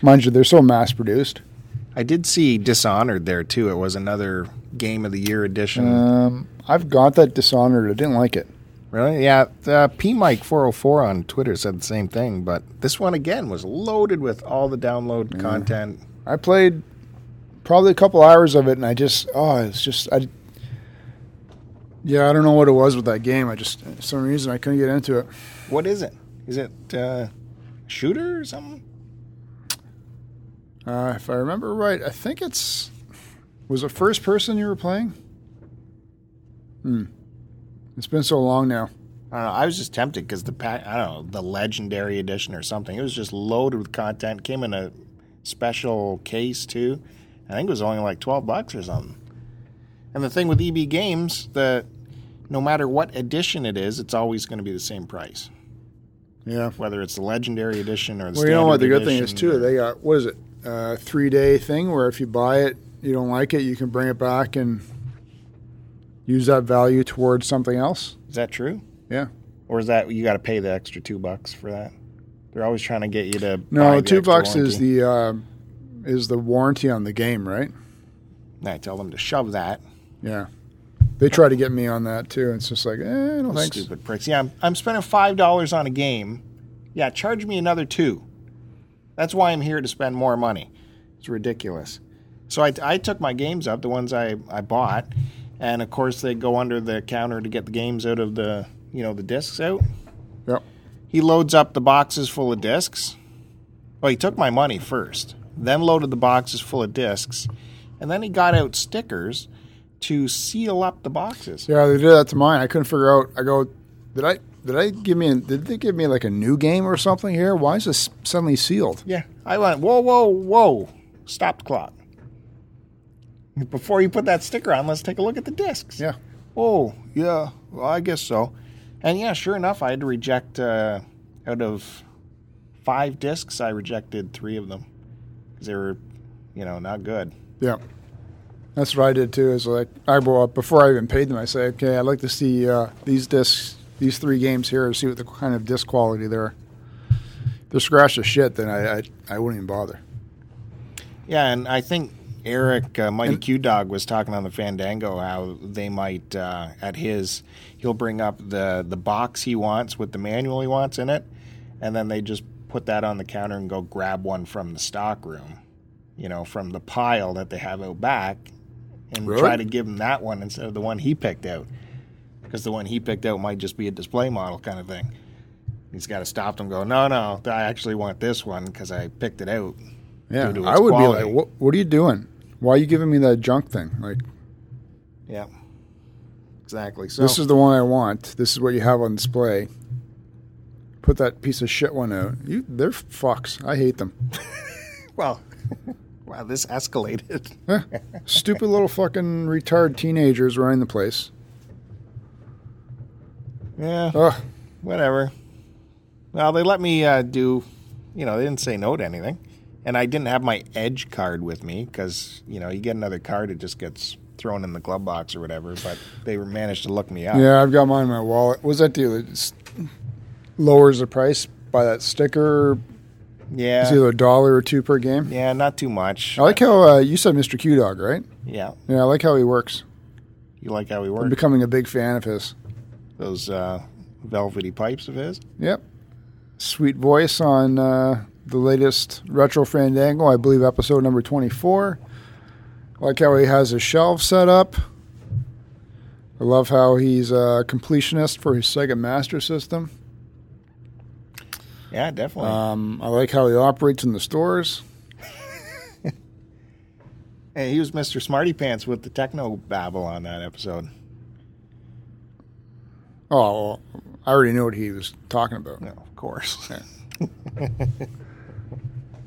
Speaker 1: Mind you, they're so mass produced.
Speaker 2: I did see Dishonored there too. It was another game of the year edition.
Speaker 1: Um, I've got that Dishonored. I didn't like it.
Speaker 2: really? Yeah. Uh, Mike 404 on Twitter said the same thing, but this one again was loaded with all the download content.
Speaker 1: I played probably a couple hours of it, and I just oh, it's just I. Yeah, I don't know what it was with that game. I just for some reason I couldn't get into it.
Speaker 2: What is it? Is it uh, shooter or something?
Speaker 1: Uh, if I remember right, I think it's was it first person you were playing. Hmm. It's been so long now.
Speaker 2: I don't know. I was just tempted because the pack, I don't know, the legendary edition or something. It was just loaded with content. Came in a special case too. I think it was only like twelve bucks or something. And the thing with EB Games, that no matter what edition it is, it's always going to be the same price,
Speaker 1: Yeah.
Speaker 2: whether it's the legendary edition or the.
Speaker 1: Well, you know
Speaker 2: standard
Speaker 1: what? The good thing
Speaker 2: edition
Speaker 1: is too. They got what is it? Uh, three day thing where if you buy it, you don't like it, you can bring it back and use that value towards something else.
Speaker 2: is that true?
Speaker 1: Yeah.
Speaker 2: Or is that you got to pay the extra two bucks for that? They're always trying to get you to. buy
Speaker 1: No,
Speaker 2: the
Speaker 1: two
Speaker 2: extra
Speaker 1: bucks is
Speaker 2: warranty.
Speaker 1: the uh, is the warranty on the game, right?
Speaker 2: And I tell them to shove that.
Speaker 1: Yeah. They try to get me on that too. It's just like, eh, no thanks.
Speaker 2: Stupid pricks. Yeah, I'm, I'm spending five dollars on a game. Yeah, charge me another two. That's why I'm here to spend more money. It's ridiculous. So I, I took my games up, the ones I, I bought, and of course they go under the counter to get the games out of the you know the discs out.
Speaker 1: Yep.
Speaker 2: He loads up the boxes full of discs. Well, he took my money first, then loaded the boxes full of discs, and then he got out stickers to seal up the boxes.
Speaker 1: Yeah, they did that to mine. I couldn't figure out. I go, did I did I give me did they give me like a new game or something here? Why is this suddenly sealed?
Speaker 2: Yeah. I went, whoa, whoa, whoa. Stop the clock. Before you put that sticker on, let's take a look at the discs.
Speaker 1: Yeah.
Speaker 2: Oh, yeah. Well, I guess so. And yeah, sure enough, I had to reject uh, out of five discs, I rejected three of them because they were, you know, not good.
Speaker 1: Yeah. That's what I did too. Is like I bought before I even paid them. I say, okay, I'd like to see uh, these discs, these three games here, to see what the kind of disc quality they're. If they're scratched to shit, then I, I I wouldn't even bother.
Speaker 2: Yeah, and I think Eric uh, Mighty Q Dog was talking on the Fandango how they might uh, at his he'll bring up the the box he wants with the manual he wants in it, and then they just put that on the counter and go grab one from the stock room, you know, from the pile that they have out back, and
Speaker 1: Really?
Speaker 2: try to give him that one instead of the one he picked out, because the one he picked out might just be a display model kind of thing. He's got to stop them. and Go, no, no, I actually want this one because I picked it out.
Speaker 1: Yeah,
Speaker 2: Due to
Speaker 1: I
Speaker 2: its
Speaker 1: would
Speaker 2: quality.
Speaker 1: be like, what, what are you doing? Why are you giving me that junk thing? Like,
Speaker 2: Yeah. Exactly. So
Speaker 1: this is the one I want. This is what you have on display. Put that piece of shit one out. You, they're fucks. I hate them.
Speaker 2: well, wow, this escalated.
Speaker 1: Stupid little fucking retard teenagers running the place.
Speaker 2: Yeah,
Speaker 1: Ugh.
Speaker 2: whatever. Well, they let me uh, do, you know, they didn't say no to anything, and I didn't have my edge card with me because you know you get another card, it just gets thrown in the glove box or whatever, but they managed to look me up.
Speaker 1: Yeah, I've got mine in my wallet. Was that the it's lowers the price by that sticker? It's
Speaker 2: Yeah.
Speaker 1: either a dollar or two per game.
Speaker 2: Yeah, not too much.
Speaker 1: I like how uh, you said Mr. Q Dog, right?
Speaker 2: Yeah.
Speaker 1: Yeah, I like how he works.
Speaker 2: You like how we
Speaker 1: I'm
Speaker 2: work
Speaker 1: becoming a big fan of his.
Speaker 2: those uh, velvety pipes of his?
Speaker 1: Yep. Sweet voice on uh, the latest Retro Fandango, I believe episode number 24. Like how he has his shelf set up. I love how he's a completionist for his Sega Master System.
Speaker 2: Yeah, definitely.
Speaker 1: Um, I like how he operates in the stores.
Speaker 2: Hey, he was Mr. Smarty Pants with the techno babble on that episode.
Speaker 1: Oh, well, I already knew what he was talking about.
Speaker 2: No, of course.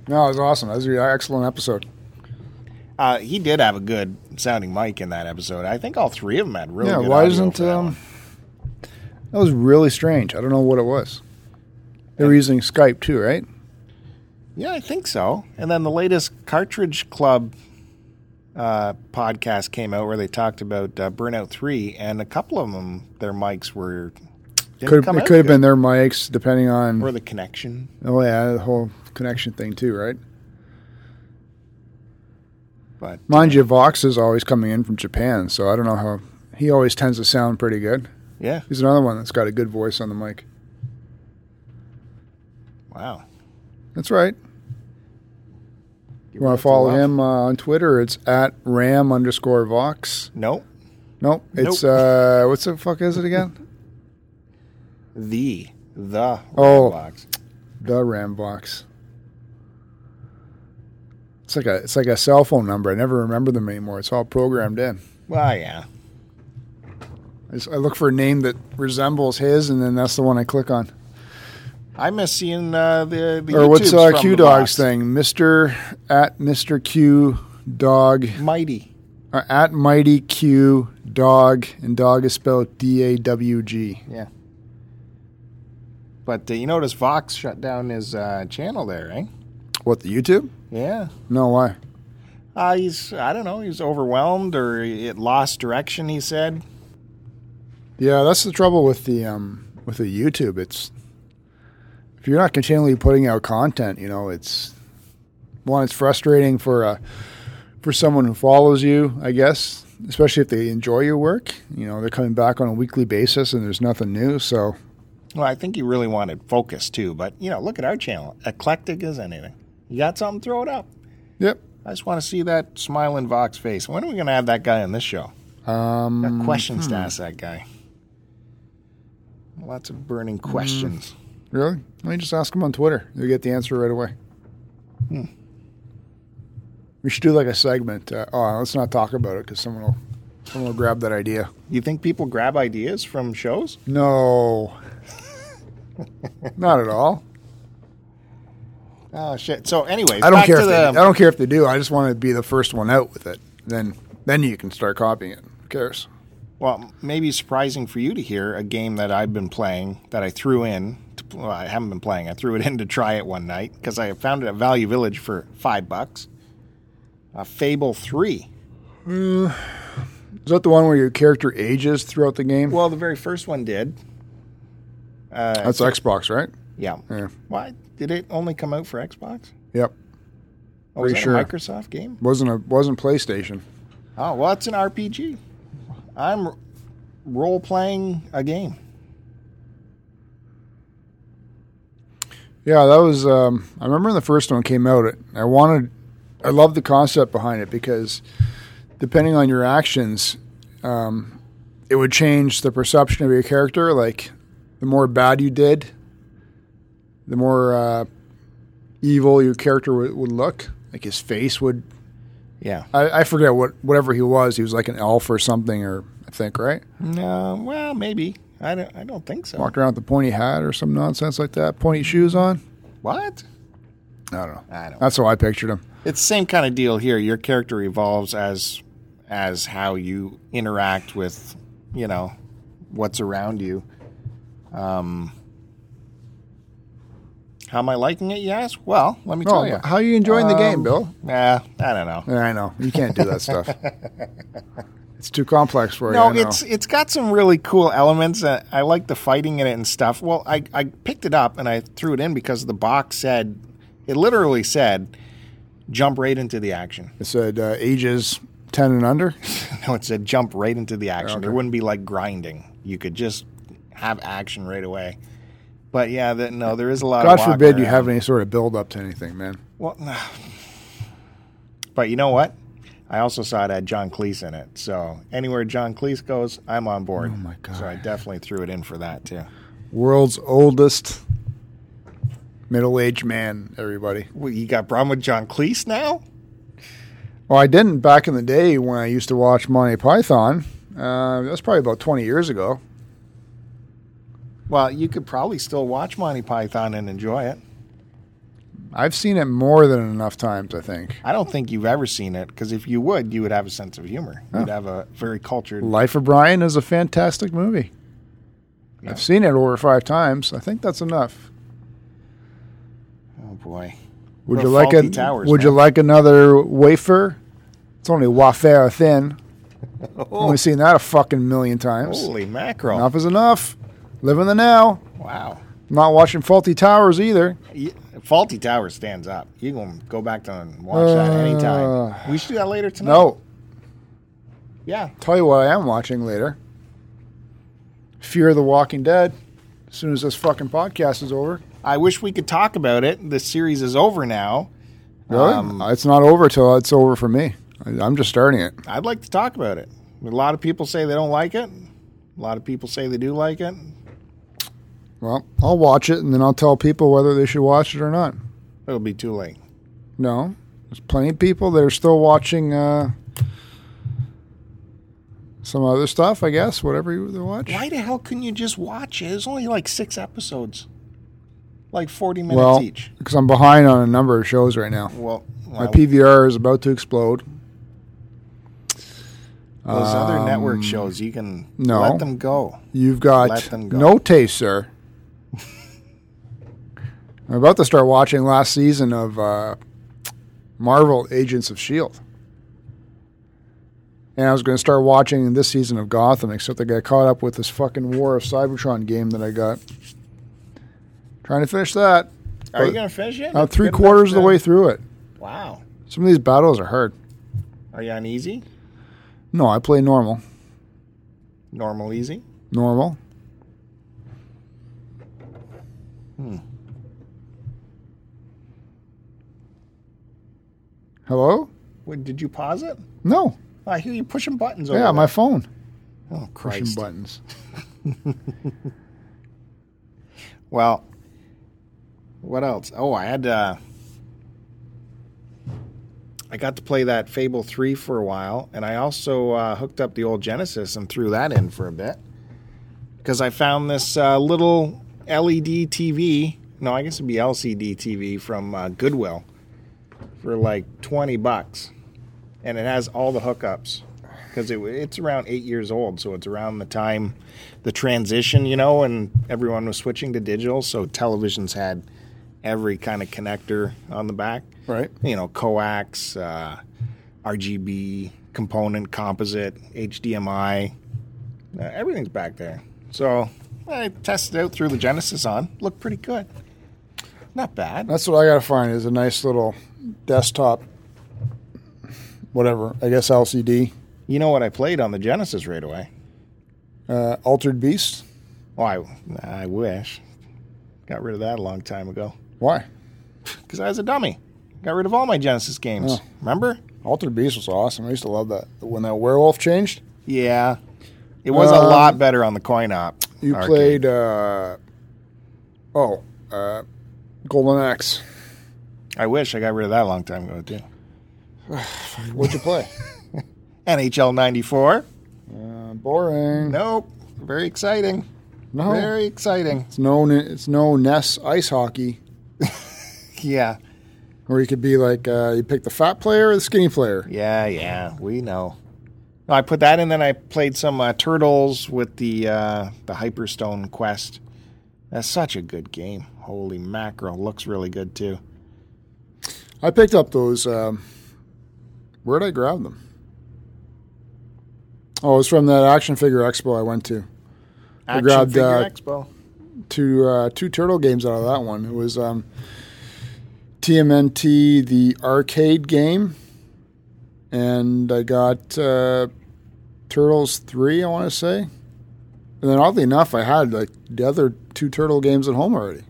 Speaker 1: No, it was awesome. That was an excellent episode.
Speaker 2: Uh, he did have a good sounding mic in that episode. I think all three of them had really
Speaker 1: yeah,
Speaker 2: good
Speaker 1: why
Speaker 2: audio
Speaker 1: isn't
Speaker 2: for that
Speaker 1: um,
Speaker 2: one.
Speaker 1: that was really strange. I don't know what it was. They were using Skype too, right?
Speaker 2: Yeah, I think so. And then the latest Cartridge Club uh, podcast came out where they talked about uh, Burnout 3, and a couple of them, their mics were. didn't
Speaker 1: Could
Speaker 2: come
Speaker 1: it
Speaker 2: out
Speaker 1: could have
Speaker 2: good.
Speaker 1: been their mics, depending on
Speaker 2: Or the connection.
Speaker 1: oh yeah, the whole connection thing too, right?
Speaker 2: But
Speaker 1: Mind you, Vox is always coming in from Japan, so I don't know how he always tends to sound pretty good.
Speaker 2: yeah,
Speaker 1: He's another one that's got a good voice on the mic.
Speaker 2: wow.
Speaker 1: That's right. You want
Speaker 2: That's
Speaker 1: to follow
Speaker 2: a lot.
Speaker 1: him uh, on Twitter? It's at ram underscore vox.
Speaker 2: No,
Speaker 1: Nope. It's uh, what's the fuck is it again?
Speaker 2: the the
Speaker 1: Oh.
Speaker 2: Box.
Speaker 1: the ram vox. It's like a it's like a cell phone number. I never remember them anymore. It's all programmed in.
Speaker 2: Well, yeah.
Speaker 1: I, just, I look for a name that resembles his, and then that's the one I click on.
Speaker 2: I miss seeing uh, the the
Speaker 1: or what's
Speaker 2: YouTubes
Speaker 1: uh,
Speaker 2: from
Speaker 1: Q
Speaker 2: the
Speaker 1: Dog's
Speaker 2: box.
Speaker 1: thing? Mister at Mister Q Dog
Speaker 2: Mighty.
Speaker 1: or at Mighty Q Dog, and dog is spelled D A W G.
Speaker 2: Yeah. But uh, you notice Vox shut down his uh, channel there, eh?
Speaker 1: What the YouTube?
Speaker 2: Yeah.
Speaker 1: No, why?
Speaker 2: Uh, he's I don't know. He's overwhelmed or it lost direction. He said.
Speaker 1: Yeah, that's the trouble with the um, with the YouTube. It's if you're not continually putting out content, you know, it's one. It's frustrating for uh, for someone who follows you, I guess, especially if they enjoy your work. You know, they're coming back on a weekly basis, and there's nothing new. So
Speaker 2: Well, I think he really wanted focus too. But you know, look at our channel, eclectic as anything. You got something, throw it up.
Speaker 1: Yep.
Speaker 2: I just want to see that smiling Vox face. When are we going to have that guy on this show? Got
Speaker 1: Um,
Speaker 2: questions to ask that guy. Lots of burning questions.
Speaker 1: really? Let me just ask him on Twitter. You'll get the answer right away. We should do like a segment. Uh, oh, let's not talk about it because someone will someone will grab that idea.
Speaker 2: You think people grab ideas from shows?
Speaker 1: No, not at all.
Speaker 2: Oh shit! So, anyways,
Speaker 1: I don't
Speaker 2: back
Speaker 1: care.
Speaker 2: To
Speaker 1: If they, I
Speaker 2: the, um,
Speaker 1: don't care if they do. I just want to be the first one out with it. Then then you can start copying it. Who cares?
Speaker 2: well, maybe surprising for you to hear a game that I've been playing that I threw in. To, well, I haven't been playing. I threw it in to try it one night because I found it at Value Village for five bucks. Uh, Fable Three.
Speaker 1: Is that the one where your character ages throughout the game?
Speaker 2: Well, the very first one did. Uh,
Speaker 1: That's Xbox, right?
Speaker 2: yeah.
Speaker 1: Yeah.
Speaker 2: Why did it only come out for Xbox?
Speaker 1: Yep.
Speaker 2: Oh, was
Speaker 1: Pretty
Speaker 2: that
Speaker 1: sure.
Speaker 2: a Microsoft game?
Speaker 1: Wasn't a wasn't PlayStation.
Speaker 2: Oh, well, it's an RPG. I'm role playing a game.
Speaker 1: Yeah, that was. Um, I remember when the first one came out. It I wanted. I loved the concept behind it because depending on your actions, um, it would change the perception of your character. Like the more bad you did, the more uh, evil your character would, would look. Like his face would.
Speaker 2: Yeah.
Speaker 1: I, I forget what whatever he was. He was like an elf or something, or I think right.
Speaker 2: No, Uh, well, maybe. I don't, I don't think so.
Speaker 1: Walked around with a pointy hat or some nonsense like that. Pointy shoes on.
Speaker 2: What?
Speaker 1: I don't know.
Speaker 2: I don't.
Speaker 1: That's how I pictured him.
Speaker 2: It's the same kind of deal here. Your character evolves as as how you interact with, you know, what's around you. Um How am I liking it? You ask. Well, let me
Speaker 1: Oh,
Speaker 2: tell you.
Speaker 1: how are
Speaker 2: Um,
Speaker 1: you enjoying the game, Bill?
Speaker 2: Nah, I don't know.
Speaker 1: Yeah, I know. You can't do that stuff. It's too complex for
Speaker 2: No,
Speaker 1: you. I know.
Speaker 2: it's it's got some really cool elements. Uh, I like the fighting in it and stuff. Well, I, I picked it up and I threw it in because the box said it literally said jump right into the action.
Speaker 1: It said uh, ages ten and under.
Speaker 2: No, it said jump right into the action. There wouldn't be like grinding. You could just have action right away. But yeah, that no, there is a lot.
Speaker 1: God
Speaker 2: of walking
Speaker 1: forbid you
Speaker 2: around.
Speaker 1: have any sort of build up to anything, man.
Speaker 2: Well, no. but you know what? I also saw it had John Cleese in it. So anywhere John Cleese goes, I'm on board. Oh
Speaker 1: my God.
Speaker 2: So I definitely threw it in for that too.
Speaker 1: World's oldest middle aged man. Everybody.
Speaker 2: Well, you got problem with John Cleese now?
Speaker 1: Well, I didn't back in the day when I used to watch Monty Python. Uh, that's probably about twenty years ago.
Speaker 2: Well, you could probably still watch Monty Python and enjoy it.
Speaker 1: I've seen it more than enough times. I think
Speaker 2: I don't think you've ever seen it because if you would, you would have a sense of humor.
Speaker 1: Oh.
Speaker 2: You'd have a very cultured.
Speaker 1: Life of Brian is a fantastic movie.
Speaker 2: Yeah.
Speaker 1: I've seen it over five times. I think that's enough.
Speaker 2: Oh boy.
Speaker 1: Would
Speaker 2: We're
Speaker 1: you like a,
Speaker 2: faulty towers,
Speaker 1: Would you
Speaker 2: man.
Speaker 1: like another wafer? It's only wafer thin. Only seen that a fucking million times.
Speaker 2: Holy mackerel!
Speaker 1: Enough is enough. Live in the now.
Speaker 2: Wow.
Speaker 1: I'm not watching faulty towers either.
Speaker 2: Y- Faulty Tower stands up. You can go back to and watch that anytime. We should do that later tonight.
Speaker 1: Uh, No,
Speaker 2: Yeah.
Speaker 1: tell you what I am watching later. Fear of the Walking Dead. As soon as this fucking podcast is over.
Speaker 2: I wish we could talk about it. The series is over now.
Speaker 1: Really? Um, it's not over till it's over for me. I, I'm just starting it.
Speaker 2: I'd like to talk about it. A lot of people say they don't like it. A lot of people say they do like it.
Speaker 1: Well, I'll watch it and then I'll tell people whether they should watch it or not.
Speaker 2: It'll be too late.
Speaker 1: No, there's plenty of people that are still watching uh, some other stuff. I guess whatever you they watch.
Speaker 2: Why the hell couldn't you just watch it? It's only like six episodes, like 40 minutes
Speaker 1: Well,
Speaker 2: each.
Speaker 1: because I'm behind on a number of shows right now.
Speaker 2: Well,
Speaker 1: My
Speaker 2: well,
Speaker 1: PVR is about to explode.
Speaker 2: those other network shows, you can
Speaker 1: Um, no.
Speaker 2: let them go.
Speaker 1: You've
Speaker 2: Let
Speaker 1: got
Speaker 2: them go.
Speaker 1: no taste, sir. I'm about to start watching last season of uh, Marvel Agents of S.H.I.E.L.D. E And I was going to start watching this season of Gotham, except I got caught up with this fucking War of Cybertron game that I got. Trying to finish that.
Speaker 2: Are you
Speaker 1: But
Speaker 2: going to finish it?
Speaker 1: I'm
Speaker 2: It's
Speaker 1: three
Speaker 2: good enough
Speaker 1: quarters of the
Speaker 2: to-
Speaker 1: way through it.
Speaker 2: Wow.
Speaker 1: Some of these battles are hard.
Speaker 2: Are you on easy?
Speaker 1: No, I play normal.
Speaker 2: Normal easy?
Speaker 1: Normal. Hmm. Hello?
Speaker 2: What, did you pause it?
Speaker 1: No.
Speaker 2: I hear you pushing buttons over
Speaker 1: Yeah, my
Speaker 2: there.
Speaker 1: phone.
Speaker 2: Oh,
Speaker 1: Pushing
Speaker 2: Christ.
Speaker 1: buttons.
Speaker 2: Well, what else? Oh, I had uh I got to play that Fable 3 for a while, and I also uh, hooked up the old Genesis and threw that in for a bit because I found this uh, little E LED TV. No, I guess it'd be LCD TV from uh, Goodwill for like 20 bucks. And it has all the hookups because it, it's around eight years old. So it's around the time the transition, you know, and everyone was switching to digital. So televisions had every kind of connector on the back,
Speaker 1: Right.
Speaker 2: you know, coax, uh, RGB, component, composite, HDMI, uh, everything's back there. So I tested out through the Genesis on. Looked pretty good. Not bad.
Speaker 1: That's what I gotta find is a nice little desktop whatever. I guess LCD.
Speaker 2: You know what I played on the Genesis right away?
Speaker 1: Uh, Altered Beast.
Speaker 2: Oh, I, I wish. Got rid of that a long time ago.
Speaker 1: Why?
Speaker 2: Because I was a dummy. Got rid of all my Genesis games.
Speaker 1: Oh.
Speaker 2: Remember?
Speaker 1: Altered Beast was awesome. I used to love that. When that werewolf changed,
Speaker 2: Yeah. It was a
Speaker 1: Um,
Speaker 2: lot better on the coin op.
Speaker 1: you
Speaker 2: arcade.
Speaker 1: played uh, oh, uh, Golden Axe.
Speaker 2: I wish I got rid of that a long time ago, too.
Speaker 1: What'd you play?
Speaker 2: NHL 94.
Speaker 1: Uh, boring.
Speaker 2: Nope. Very exciting.
Speaker 1: No.
Speaker 2: Very exciting.
Speaker 1: It's no. It's no Ness ice hockey,
Speaker 2: Yeah.
Speaker 1: where you could be like uh, you pick the fat player or the skinny player.
Speaker 2: Yeah, yeah, we know. No, I put that in, then I played some uh, Turtles with the uh, the Hyperstone Quest. That's such a good game. Holy mackerel, looks really good too.
Speaker 1: I picked up those. Um, where'd I grab them? Oh, it was from that action figure expo I went to.
Speaker 2: Action
Speaker 1: grabbed,
Speaker 2: Figure
Speaker 1: uh,
Speaker 2: Expo.
Speaker 1: Two uh, two turtle games out of that one. It was um, TMNT, the arcade game, and I got uh, Turtles three. I want to say, and then oddly enough, I had like the other two turtle games at home already.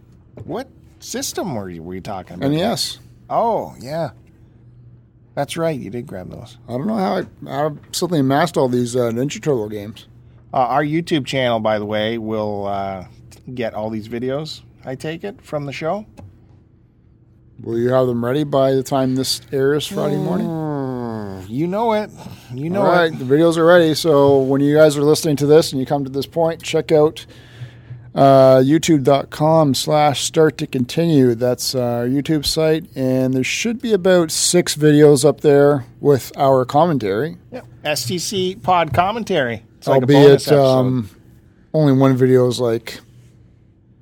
Speaker 2: What system were you, were you talking about?
Speaker 1: And yes,
Speaker 2: Oh, yeah. That's right. You did grab those.
Speaker 1: I don't know how I, I suddenly amassed all these uh, Ninja Turtle games.
Speaker 2: Uh, our YouTube channel, by the way, will uh, get all these videos, I take it, from the show.
Speaker 1: Will you have them ready by the time this airs
Speaker 2: Hmm.
Speaker 1: Friday morning?
Speaker 2: Mm, You know it. You know
Speaker 1: All right,
Speaker 2: it.
Speaker 1: the videos are ready. So when you guys are listening to this and you come to this point, check out uh, youtube.com slash start to continue. That's our YouTube site. And there should be about six videos up there with our commentary,
Speaker 2: Yeah. STC pod commentary. It's like a bonus
Speaker 1: albeit
Speaker 2: episode.
Speaker 1: um, only one video is like,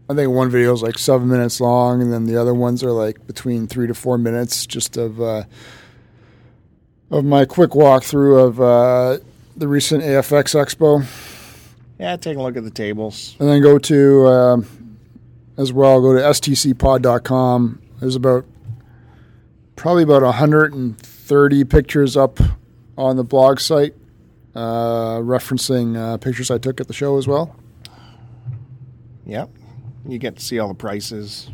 Speaker 1: I think one video is like seven minutes long. And then the other ones are like between three to four minutes just of. Uh, of my quick walkthrough of uh, the recent AFX Expo.
Speaker 2: yeah, take a look at the tables.
Speaker 1: And then go to, um as well, go to stcpod.com. There's about, probably about 130 pictures up on the blog site uh, referencing uh, pictures I took at the show as well.
Speaker 2: Yep. You get to see all the prices.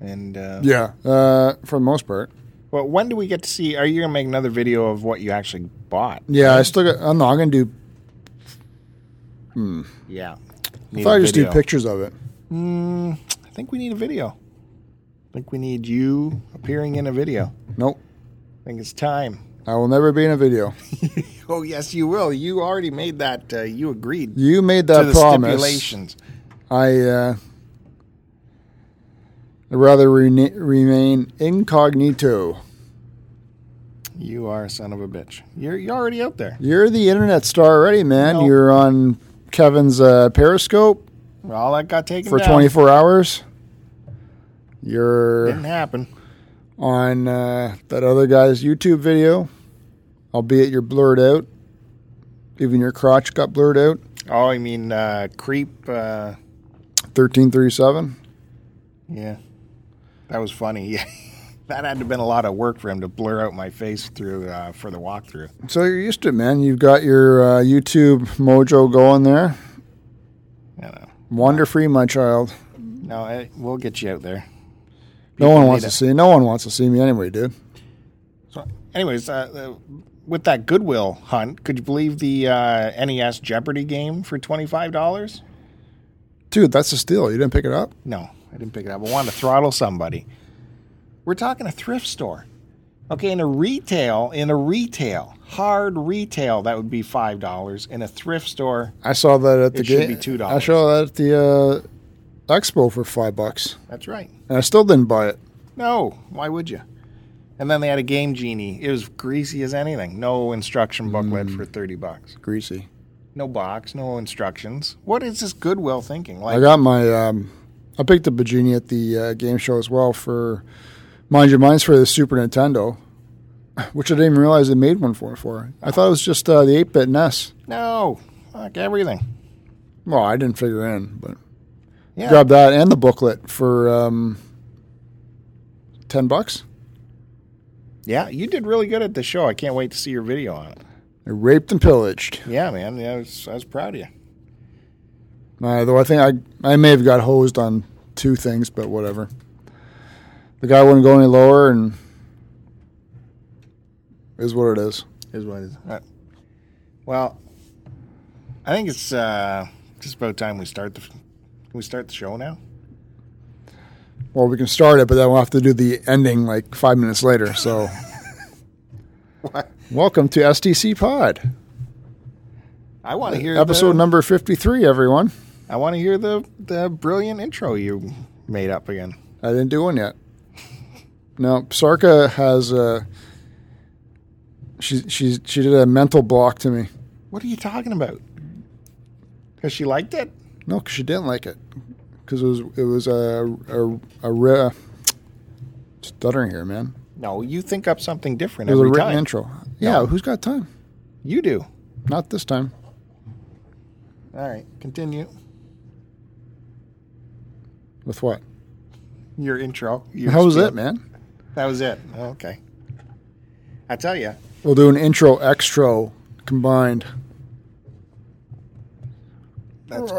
Speaker 2: And uh,
Speaker 1: Yeah. Uh, for the most part.
Speaker 2: well, when do we get to see? Are you going to make another video of what you actually bought?
Speaker 1: Yeah, I still got, I'm not going to do,
Speaker 2: Yeah.
Speaker 1: I
Speaker 2: Need
Speaker 1: thought
Speaker 2: a
Speaker 1: I just do
Speaker 2: video.
Speaker 1: pictures of it.
Speaker 2: Mm, I think we need a video. I think we need you appearing in a video.
Speaker 1: Nope.
Speaker 2: I think it's time.
Speaker 1: I will never be in a video.
Speaker 2: Oh yes, you will. You already made that. Uh, you agreed
Speaker 1: You made
Speaker 2: to
Speaker 1: that
Speaker 2: the
Speaker 1: promise.
Speaker 2: stipulations.
Speaker 1: I uh, I'd rather rena remain incognito.
Speaker 2: You are a son of a bitch. You're you're already out there.
Speaker 1: You're the internet star already, man.
Speaker 2: No.
Speaker 1: You're on Kevin's uh, Periscope
Speaker 2: All that got taken
Speaker 1: for
Speaker 2: down.
Speaker 1: 24 hours. You're
Speaker 2: Didn't happen.
Speaker 1: on uh, that other guy's YouTube video, albeit you're blurred out. Even your crotch got blurred out.
Speaker 2: Oh, I mean, uh, creep. Uh,
Speaker 1: 1337.
Speaker 2: yeah, that was funny. Yeah, that had to have been a lot of work for him to blur out my face through uh, for the walkthrough.
Speaker 1: So you're used to it, man. You've got your uh, YouTube mojo going there.
Speaker 2: I don't know.
Speaker 1: Wander free, my child.
Speaker 2: No, I, we'll get you out there.
Speaker 1: No
Speaker 2: People
Speaker 1: one wants
Speaker 2: need
Speaker 1: to
Speaker 2: it.
Speaker 1: see. No one wants to see me anyway, dude.
Speaker 2: So, anyways, uh, uh, with that Goodwill hunt, could you believe the uh, NES Jeopardy game for twenty five dollars?
Speaker 1: Dude, that's a steal. You didn't pick it up.
Speaker 2: No, I didn't pick it up. I wanted to throttle somebody. We're talking a thrift store. Okay, in a retail, in a retail, hard retail, that would be five dollars. In a thrift store,
Speaker 1: I saw that at the
Speaker 2: It
Speaker 1: game.
Speaker 2: should be $2.
Speaker 1: I saw that at the uh, expo for five bucks,
Speaker 2: that's right.
Speaker 1: and I still didn't buy it.
Speaker 2: No, why would you? And then they had a game genie. It was greasy as anything. No instruction booklet for thirty bucks.
Speaker 1: Greasy.
Speaker 2: No box, no instructions. What is this Goodwill thinking?
Speaker 1: I
Speaker 2: Like,
Speaker 1: got my. Um, I picked up a genie at the uh, game show as well for, mind you, mine's for the Super Nintendo, which I didn't even realize they made one for. For I thought it was just uh, the eight bit NES.
Speaker 2: no, fuck everything.
Speaker 1: Well, I didn't figure it in, but
Speaker 2: Yeah,
Speaker 1: grabbed that and the booklet for um, ten bucks.
Speaker 2: yeah. You did really good at the show. I can't wait to see your video on it.
Speaker 1: I raped and pillaged.
Speaker 2: Yeah, man. Yeah, I was, I was proud of you.
Speaker 1: Uh, though I think I I may have got hosed on two things, but whatever. The guy wouldn't go any lower, and is what it is.
Speaker 2: is what it is. Uh, well, I think it's uh, just about time we start the can we start the show now.
Speaker 1: Well, we can start it, but then we'll have to do the ending like five minutes later. So, welcome to SDC Pod,
Speaker 2: I want to hear
Speaker 1: episode
Speaker 2: the,
Speaker 1: number fifty-three. Everyone,
Speaker 2: I want to hear the the brilliant intro you made up again.
Speaker 1: I didn't do one yet. Now, Sarka has uh, she she she did a mental block to me.
Speaker 2: What are you talking about? Because she liked it.
Speaker 1: No, 'cause she didn't like it. Because it was it was a a, a ri- stuttering here, man.
Speaker 2: No, you think up something different
Speaker 1: It was a
Speaker 2: every
Speaker 1: written
Speaker 2: time.
Speaker 1: intro. Yeah, who's got time?
Speaker 2: You do.
Speaker 1: Not this time.
Speaker 2: All right, continue
Speaker 1: With what?
Speaker 2: your intro. Your
Speaker 1: How was
Speaker 2: spiel.
Speaker 1: it, man?
Speaker 2: That was it. Okay. I tell you,
Speaker 1: We'll do an intro extra combined.
Speaker 2: that's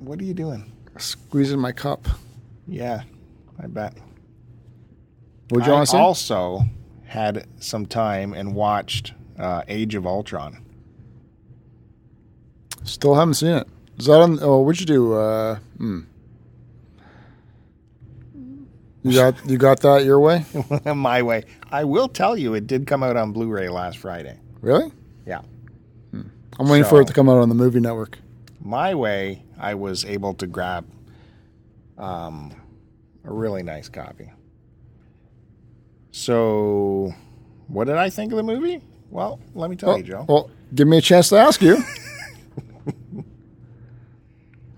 Speaker 2: what are you doing?
Speaker 1: Squeezing my cup.
Speaker 2: Yeah, I bet.
Speaker 1: Would you
Speaker 2: I
Speaker 1: want to say?
Speaker 2: also had some time and watched uh, Age of Ultron.
Speaker 1: Still haven't seen it. Is that on? Oh, what'd you do? Uh, hmm. You got you got that your way?
Speaker 2: My way. I will tell you, it did come out on Blu-ray last Friday.
Speaker 1: Really?
Speaker 2: Yeah.
Speaker 1: I'm waiting for it
Speaker 2: So-
Speaker 1: to come out on the movie network.
Speaker 2: My way, I was able to grab um, a really nice copy. So, what did I think of the movie? Well, let me tell
Speaker 1: Oh,
Speaker 2: you, Joe.
Speaker 1: well, give me a chance to ask you.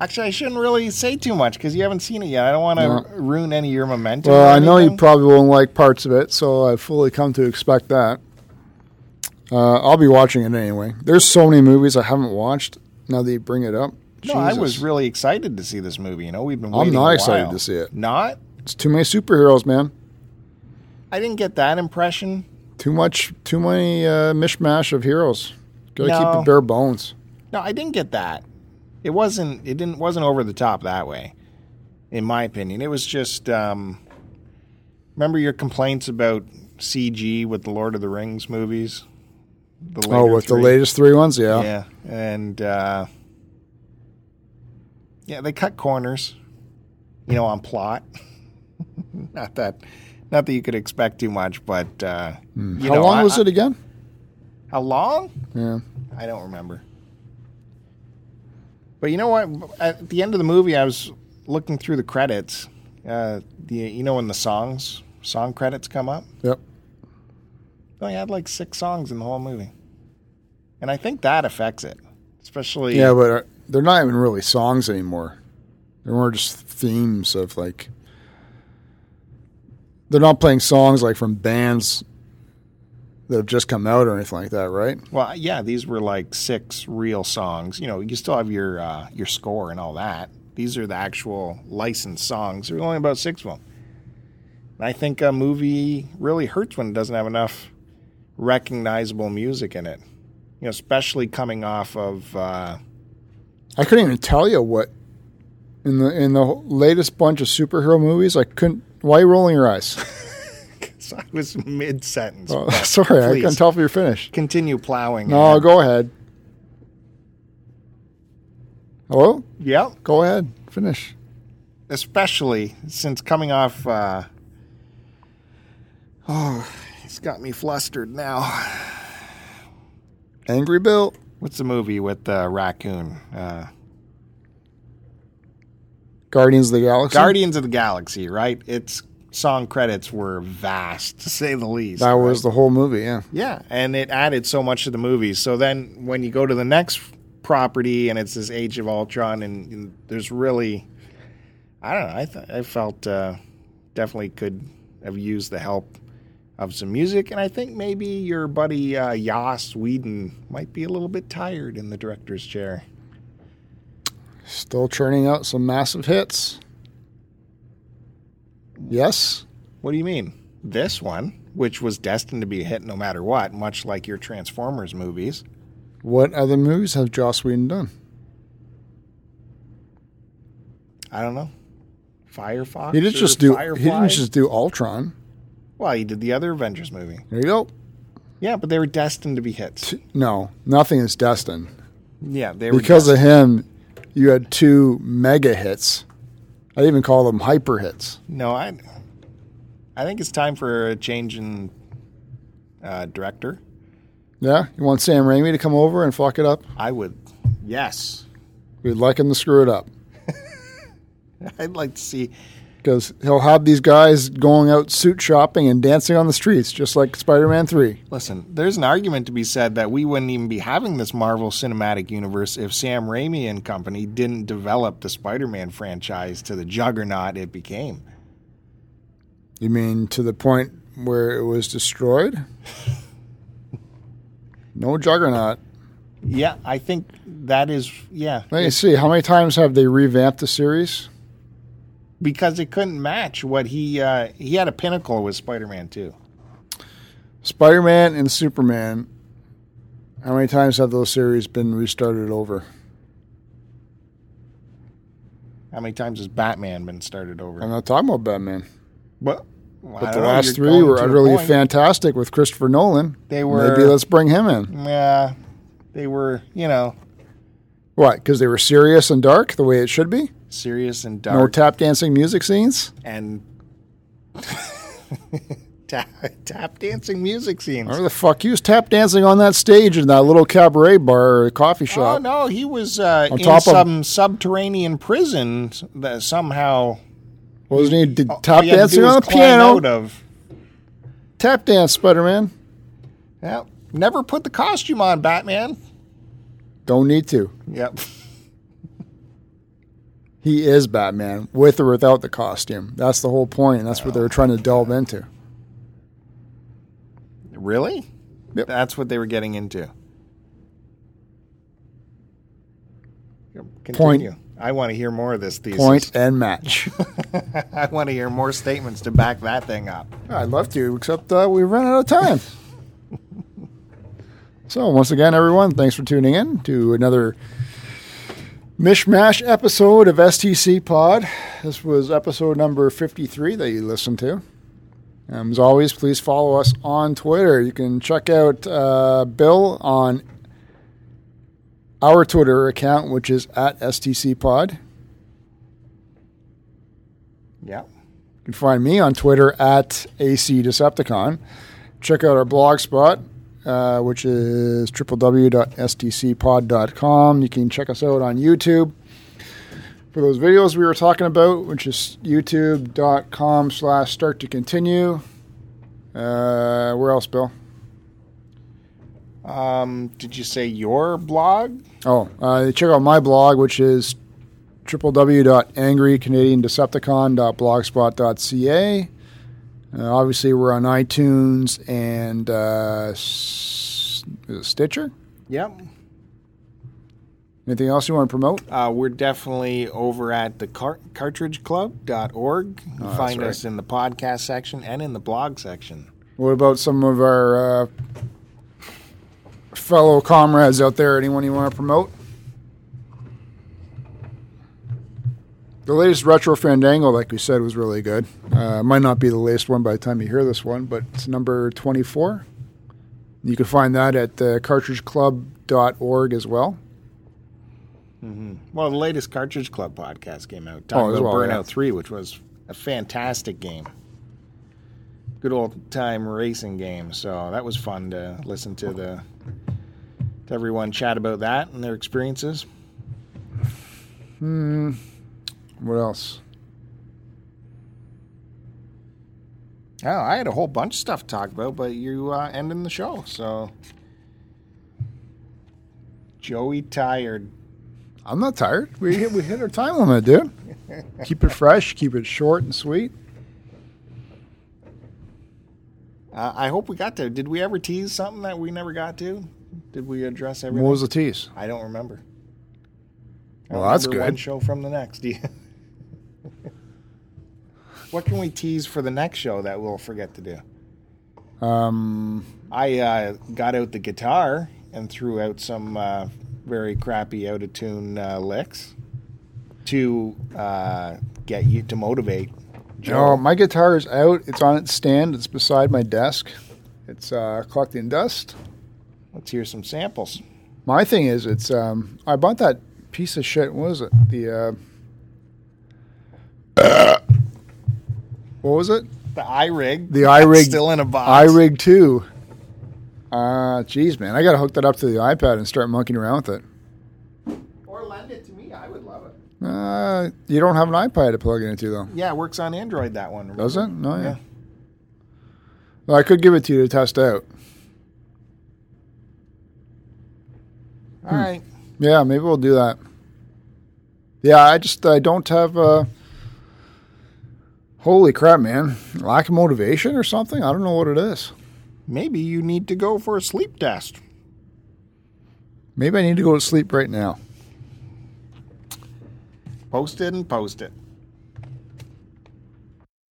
Speaker 2: Actually, I shouldn't really say too much because you haven't seen it yet. I don't want to
Speaker 1: No.
Speaker 2: ruin any of your momentum.
Speaker 1: well,
Speaker 2: or
Speaker 1: I know you
Speaker 2: anything.
Speaker 1: probably won't like parts of it, so I fully come to expect that. Uh, I'll be watching it anyway. There's so many movies I haven't watched. Now that you bring it up,
Speaker 2: No, I
Speaker 1: Jesus.
Speaker 2: was really excited to see this movie. You know, we've been
Speaker 1: I'm
Speaker 2: waiting.
Speaker 1: not
Speaker 2: a
Speaker 1: excited
Speaker 2: while.
Speaker 1: to see it.
Speaker 2: Not.
Speaker 1: It's too many superheroes, man.
Speaker 2: I didn't get that impression.
Speaker 1: Too much, too many uh, mishmash of heroes. Gotta keep
Speaker 2: No.
Speaker 1: it bare bones.
Speaker 2: No, I didn't get that. It wasn't. It didn't. Wasn't over the top that way, in my opinion. It was just. Um, remember your complaints about CG with the Lord of the Rings movies. The
Speaker 1: Oh,
Speaker 2: later
Speaker 1: with the
Speaker 2: three?
Speaker 1: latest three ones, yeah.
Speaker 2: Yeah, and uh, yeah, they cut corners. You know, on plot. not that. Not that you could expect too much, but uh, you
Speaker 1: Hmm. How
Speaker 2: know,
Speaker 1: long
Speaker 2: I-
Speaker 1: was it again?
Speaker 2: How long?
Speaker 1: Yeah.
Speaker 2: I don't remember. But you know what? At the end of the movie, I was looking through the credits. Uh, the you know when the songs song credits come up,
Speaker 1: Yep.
Speaker 2: they only had like six songs in the whole movie, and I think that affects it, especially.
Speaker 1: Yeah, but uh, they're not even really songs anymore. They're more just themes of like. They're not playing songs like from bands that have just come out or anything like that, right?
Speaker 2: Well, yeah, these were like six real songs. You know, you still have your uh, your score and all that. These are the actual licensed songs. There's only about six of them. And I think a movie really hurts when it doesn't have enough recognizable music in it. You know, especially coming off of uh,
Speaker 1: I couldn't even tell you what in the in the latest bunch of superhero movies. I couldn't. Why are you rolling your eyes?
Speaker 2: 'cause I was mid sentence.
Speaker 1: Oh, sorry, I couldn't
Speaker 2: please.
Speaker 1: tell if you're finished.
Speaker 2: Continue plowing.
Speaker 1: No, go ahead. Hello,
Speaker 2: Yep.
Speaker 1: go ahead. Finish.
Speaker 2: especially since coming off. Uh, oh, it's got me flustered now.
Speaker 1: Angry Bill.
Speaker 2: What's the movie with the raccoon? Uh,
Speaker 1: Guardians of the Galaxy.
Speaker 2: Guardians of the Galaxy, right? Its song credits were vast, to say the least.
Speaker 1: That was
Speaker 2: right?
Speaker 1: the whole movie. Yeah.
Speaker 2: yeah, and it added so much to the movie. So then, when you go to the next property, and it's this Age of Ultron, and, and there's really, I don't know. I th- I felt uh, definitely could have used the help of some music, and I think maybe your buddy uh, Yas Whedon might be a little bit tired in the director's chair.
Speaker 1: Still churning out some massive hits. Yes.
Speaker 2: What do you mean? This one, which was destined to be a hit no matter what, much like your Transformers movies.
Speaker 1: What other movies have Joss Whedon done?
Speaker 2: I don't know. Firefox.
Speaker 1: He didn't
Speaker 2: or
Speaker 1: just do. He
Speaker 2: Firefly?
Speaker 1: didn't just do Ultron.
Speaker 2: Well, he did the other Avengers movie.
Speaker 1: There you go.
Speaker 2: Yeah, but they were destined to be hits.
Speaker 1: No, nothing is destined
Speaker 2: Yeah, they were
Speaker 1: because of him. You had two mega hits. I even call them hyper hits.
Speaker 2: no. I, I think it's time for a change in uh, director.
Speaker 1: Yeah, you want Sam Raimi to come over and fuck it up?
Speaker 2: I would. Yes,
Speaker 1: We'd like him to screw it up
Speaker 2: I'd like to see.
Speaker 1: because he'll have these guys going out suit shopping and dancing on the streets, just like Spider-Man Three.
Speaker 2: Listen, there's an argument to be said that we wouldn't even be having this Marvel Cinematic Universe if Sam Raimi and company didn't develop the Spider-Man franchise to the juggernaut it became.
Speaker 1: You mean to the point where it was destroyed? no juggernaut.
Speaker 2: Yeah, I think that is yeah.
Speaker 1: Let me see. How many times have they revamped the series?
Speaker 2: because it couldn't match what he uh, he had a pinnacle with Spider-Man too.
Speaker 1: Spider Man and Superman. How many times have those series been restarted over?
Speaker 2: How many times has Batman been started
Speaker 1: I'm
Speaker 2: over?
Speaker 1: not talking about Batman.
Speaker 2: But,
Speaker 1: But the last three were utterly fantastic with Christopher Nolan.
Speaker 2: They were-
Speaker 1: Maybe let's bring him in.
Speaker 2: Yeah, they were you know
Speaker 1: What? Because they were serious and dark the way it should be?
Speaker 2: serious and
Speaker 1: No
Speaker 2: dark
Speaker 1: tap dancing music scenes?
Speaker 2: and tap, tap dancing music scenes.
Speaker 1: Where the fuck? He was tap dancing on that stage in that little cabaret bar or coffee
Speaker 2: Oh
Speaker 1: shop.
Speaker 2: no, he was uh, in
Speaker 1: top of-
Speaker 2: some subterranean prison that somehow
Speaker 1: Wasn't he did
Speaker 2: Oh, all
Speaker 1: tap
Speaker 2: he had to
Speaker 1: dancing
Speaker 2: do was
Speaker 1: on the
Speaker 2: climb
Speaker 1: piano?
Speaker 2: out of.
Speaker 1: Tap dance, Spider Man.
Speaker 2: Yeah, never put the costume on, Batman.
Speaker 1: Don't need to.
Speaker 2: Yep.
Speaker 1: He is Batman with or without the costume. That's the whole point. That's what they were trying to delve into.
Speaker 2: Really?
Speaker 1: Yep.
Speaker 2: That's what they were getting into. Continue. I want to hear more of this thesis.
Speaker 1: Point and match.
Speaker 2: I want to hear more statements to back that thing up.
Speaker 1: I'd love to, except uh, we ran out of time. so, once again, everyone, thanks for tuning in to another mishmash episode of STC Pod. This was episode number 53 that you listened to. Um, as always, please follow us on Twitter. You can check out uh, Bill on our Twitter account, which is at STC Pod.
Speaker 2: Yeah.
Speaker 1: You can find me on Twitter at AC Decepticon. Check out our blog spot, uh, which is www.stcpod.com. You can check us out on YouTube for those videos we were talking about, which is youtube.com slash start to continue. Uh, where else, Bill?
Speaker 2: Um, did you say your blog?
Speaker 1: Oh, uh, check out my blog, which is www.angrycanadiandecepticon.blogspot.ca. Uh, obviously, we're on iTunes and uh, S- is it Stitcher.
Speaker 2: Yep.
Speaker 1: Anything else you want to promote?
Speaker 2: Uh, we're definitely over at the car- cartridgeclub.org. You
Speaker 1: that's
Speaker 2: find
Speaker 1: right.
Speaker 2: us in the podcast section and in the blog section.
Speaker 1: What about some of our uh, fellow comrades out there? Anyone you want to promote? The latest Retro Fandango, like we said, was really good. Uh, might not be the latest one by the time you hear this one, but it's number 24. You can find that at uh, cartridgeclub.org as well.
Speaker 2: Well, the latest Cartridge Club podcast came out.
Speaker 1: Oh,
Speaker 2: Talking
Speaker 1: as
Speaker 2: about
Speaker 1: well,
Speaker 2: Burnout
Speaker 1: yeah.
Speaker 2: 3, which was a fantastic game. Good old time racing game. So that was fun to listen to the to everyone chat about that and their experiences.
Speaker 1: Hmm, What else?
Speaker 2: Oh, I had a whole bunch of stuff to talk about, but you uh, ending the show. So Joey tired.
Speaker 1: I'm not tired. We hit, we hit our time limit, dude. keep it fresh, keep it short and sweet.
Speaker 2: Uh, I hope we got to. Did we ever tease something that we never got to? Did we address everything?
Speaker 1: What was the tease?
Speaker 2: I don't remember. I
Speaker 1: Well,
Speaker 2: don't
Speaker 1: that's
Speaker 2: remember One
Speaker 1: good.
Speaker 2: show from the next. Do you? what can we tease for the next show that we'll forget to do?
Speaker 1: Um,
Speaker 2: I uh, got out the guitar and threw out some uh, very crappy, out of tune uh, licks to uh, get you to motivate.
Speaker 1: No,
Speaker 2: Joe.
Speaker 1: my guitar is out. It's on its stand. It's beside my desk. It's uh, collecting dust.
Speaker 2: Let's hear some samples.
Speaker 1: My thing is, it's um, I bought that piece of shit. What was it? The uh, what was it?
Speaker 2: The iRig.
Speaker 1: The iRig-
Speaker 2: still in a box.
Speaker 1: iRig two. Ah, uh, jeez, man, I gotta hook that up to the iPad and start monkeying around with it.
Speaker 2: Or lend it to me. I would love it.
Speaker 1: Uh, you don't have an iPad to plug it into though,
Speaker 2: Yeah, it works on Android. That one remember?
Speaker 1: does it? No, yeah.
Speaker 2: Yeah.
Speaker 1: Well, I could give it to you to test out.
Speaker 2: All right.
Speaker 1: Yeah, maybe we'll do that. Yeah, I just I don't have. Uh, holy crap, man! Lack of motivation or something. I don't know what it is.
Speaker 2: Maybe you need to go for a sleep test.
Speaker 1: Maybe I need to go to sleep right now.
Speaker 2: Post it and post it.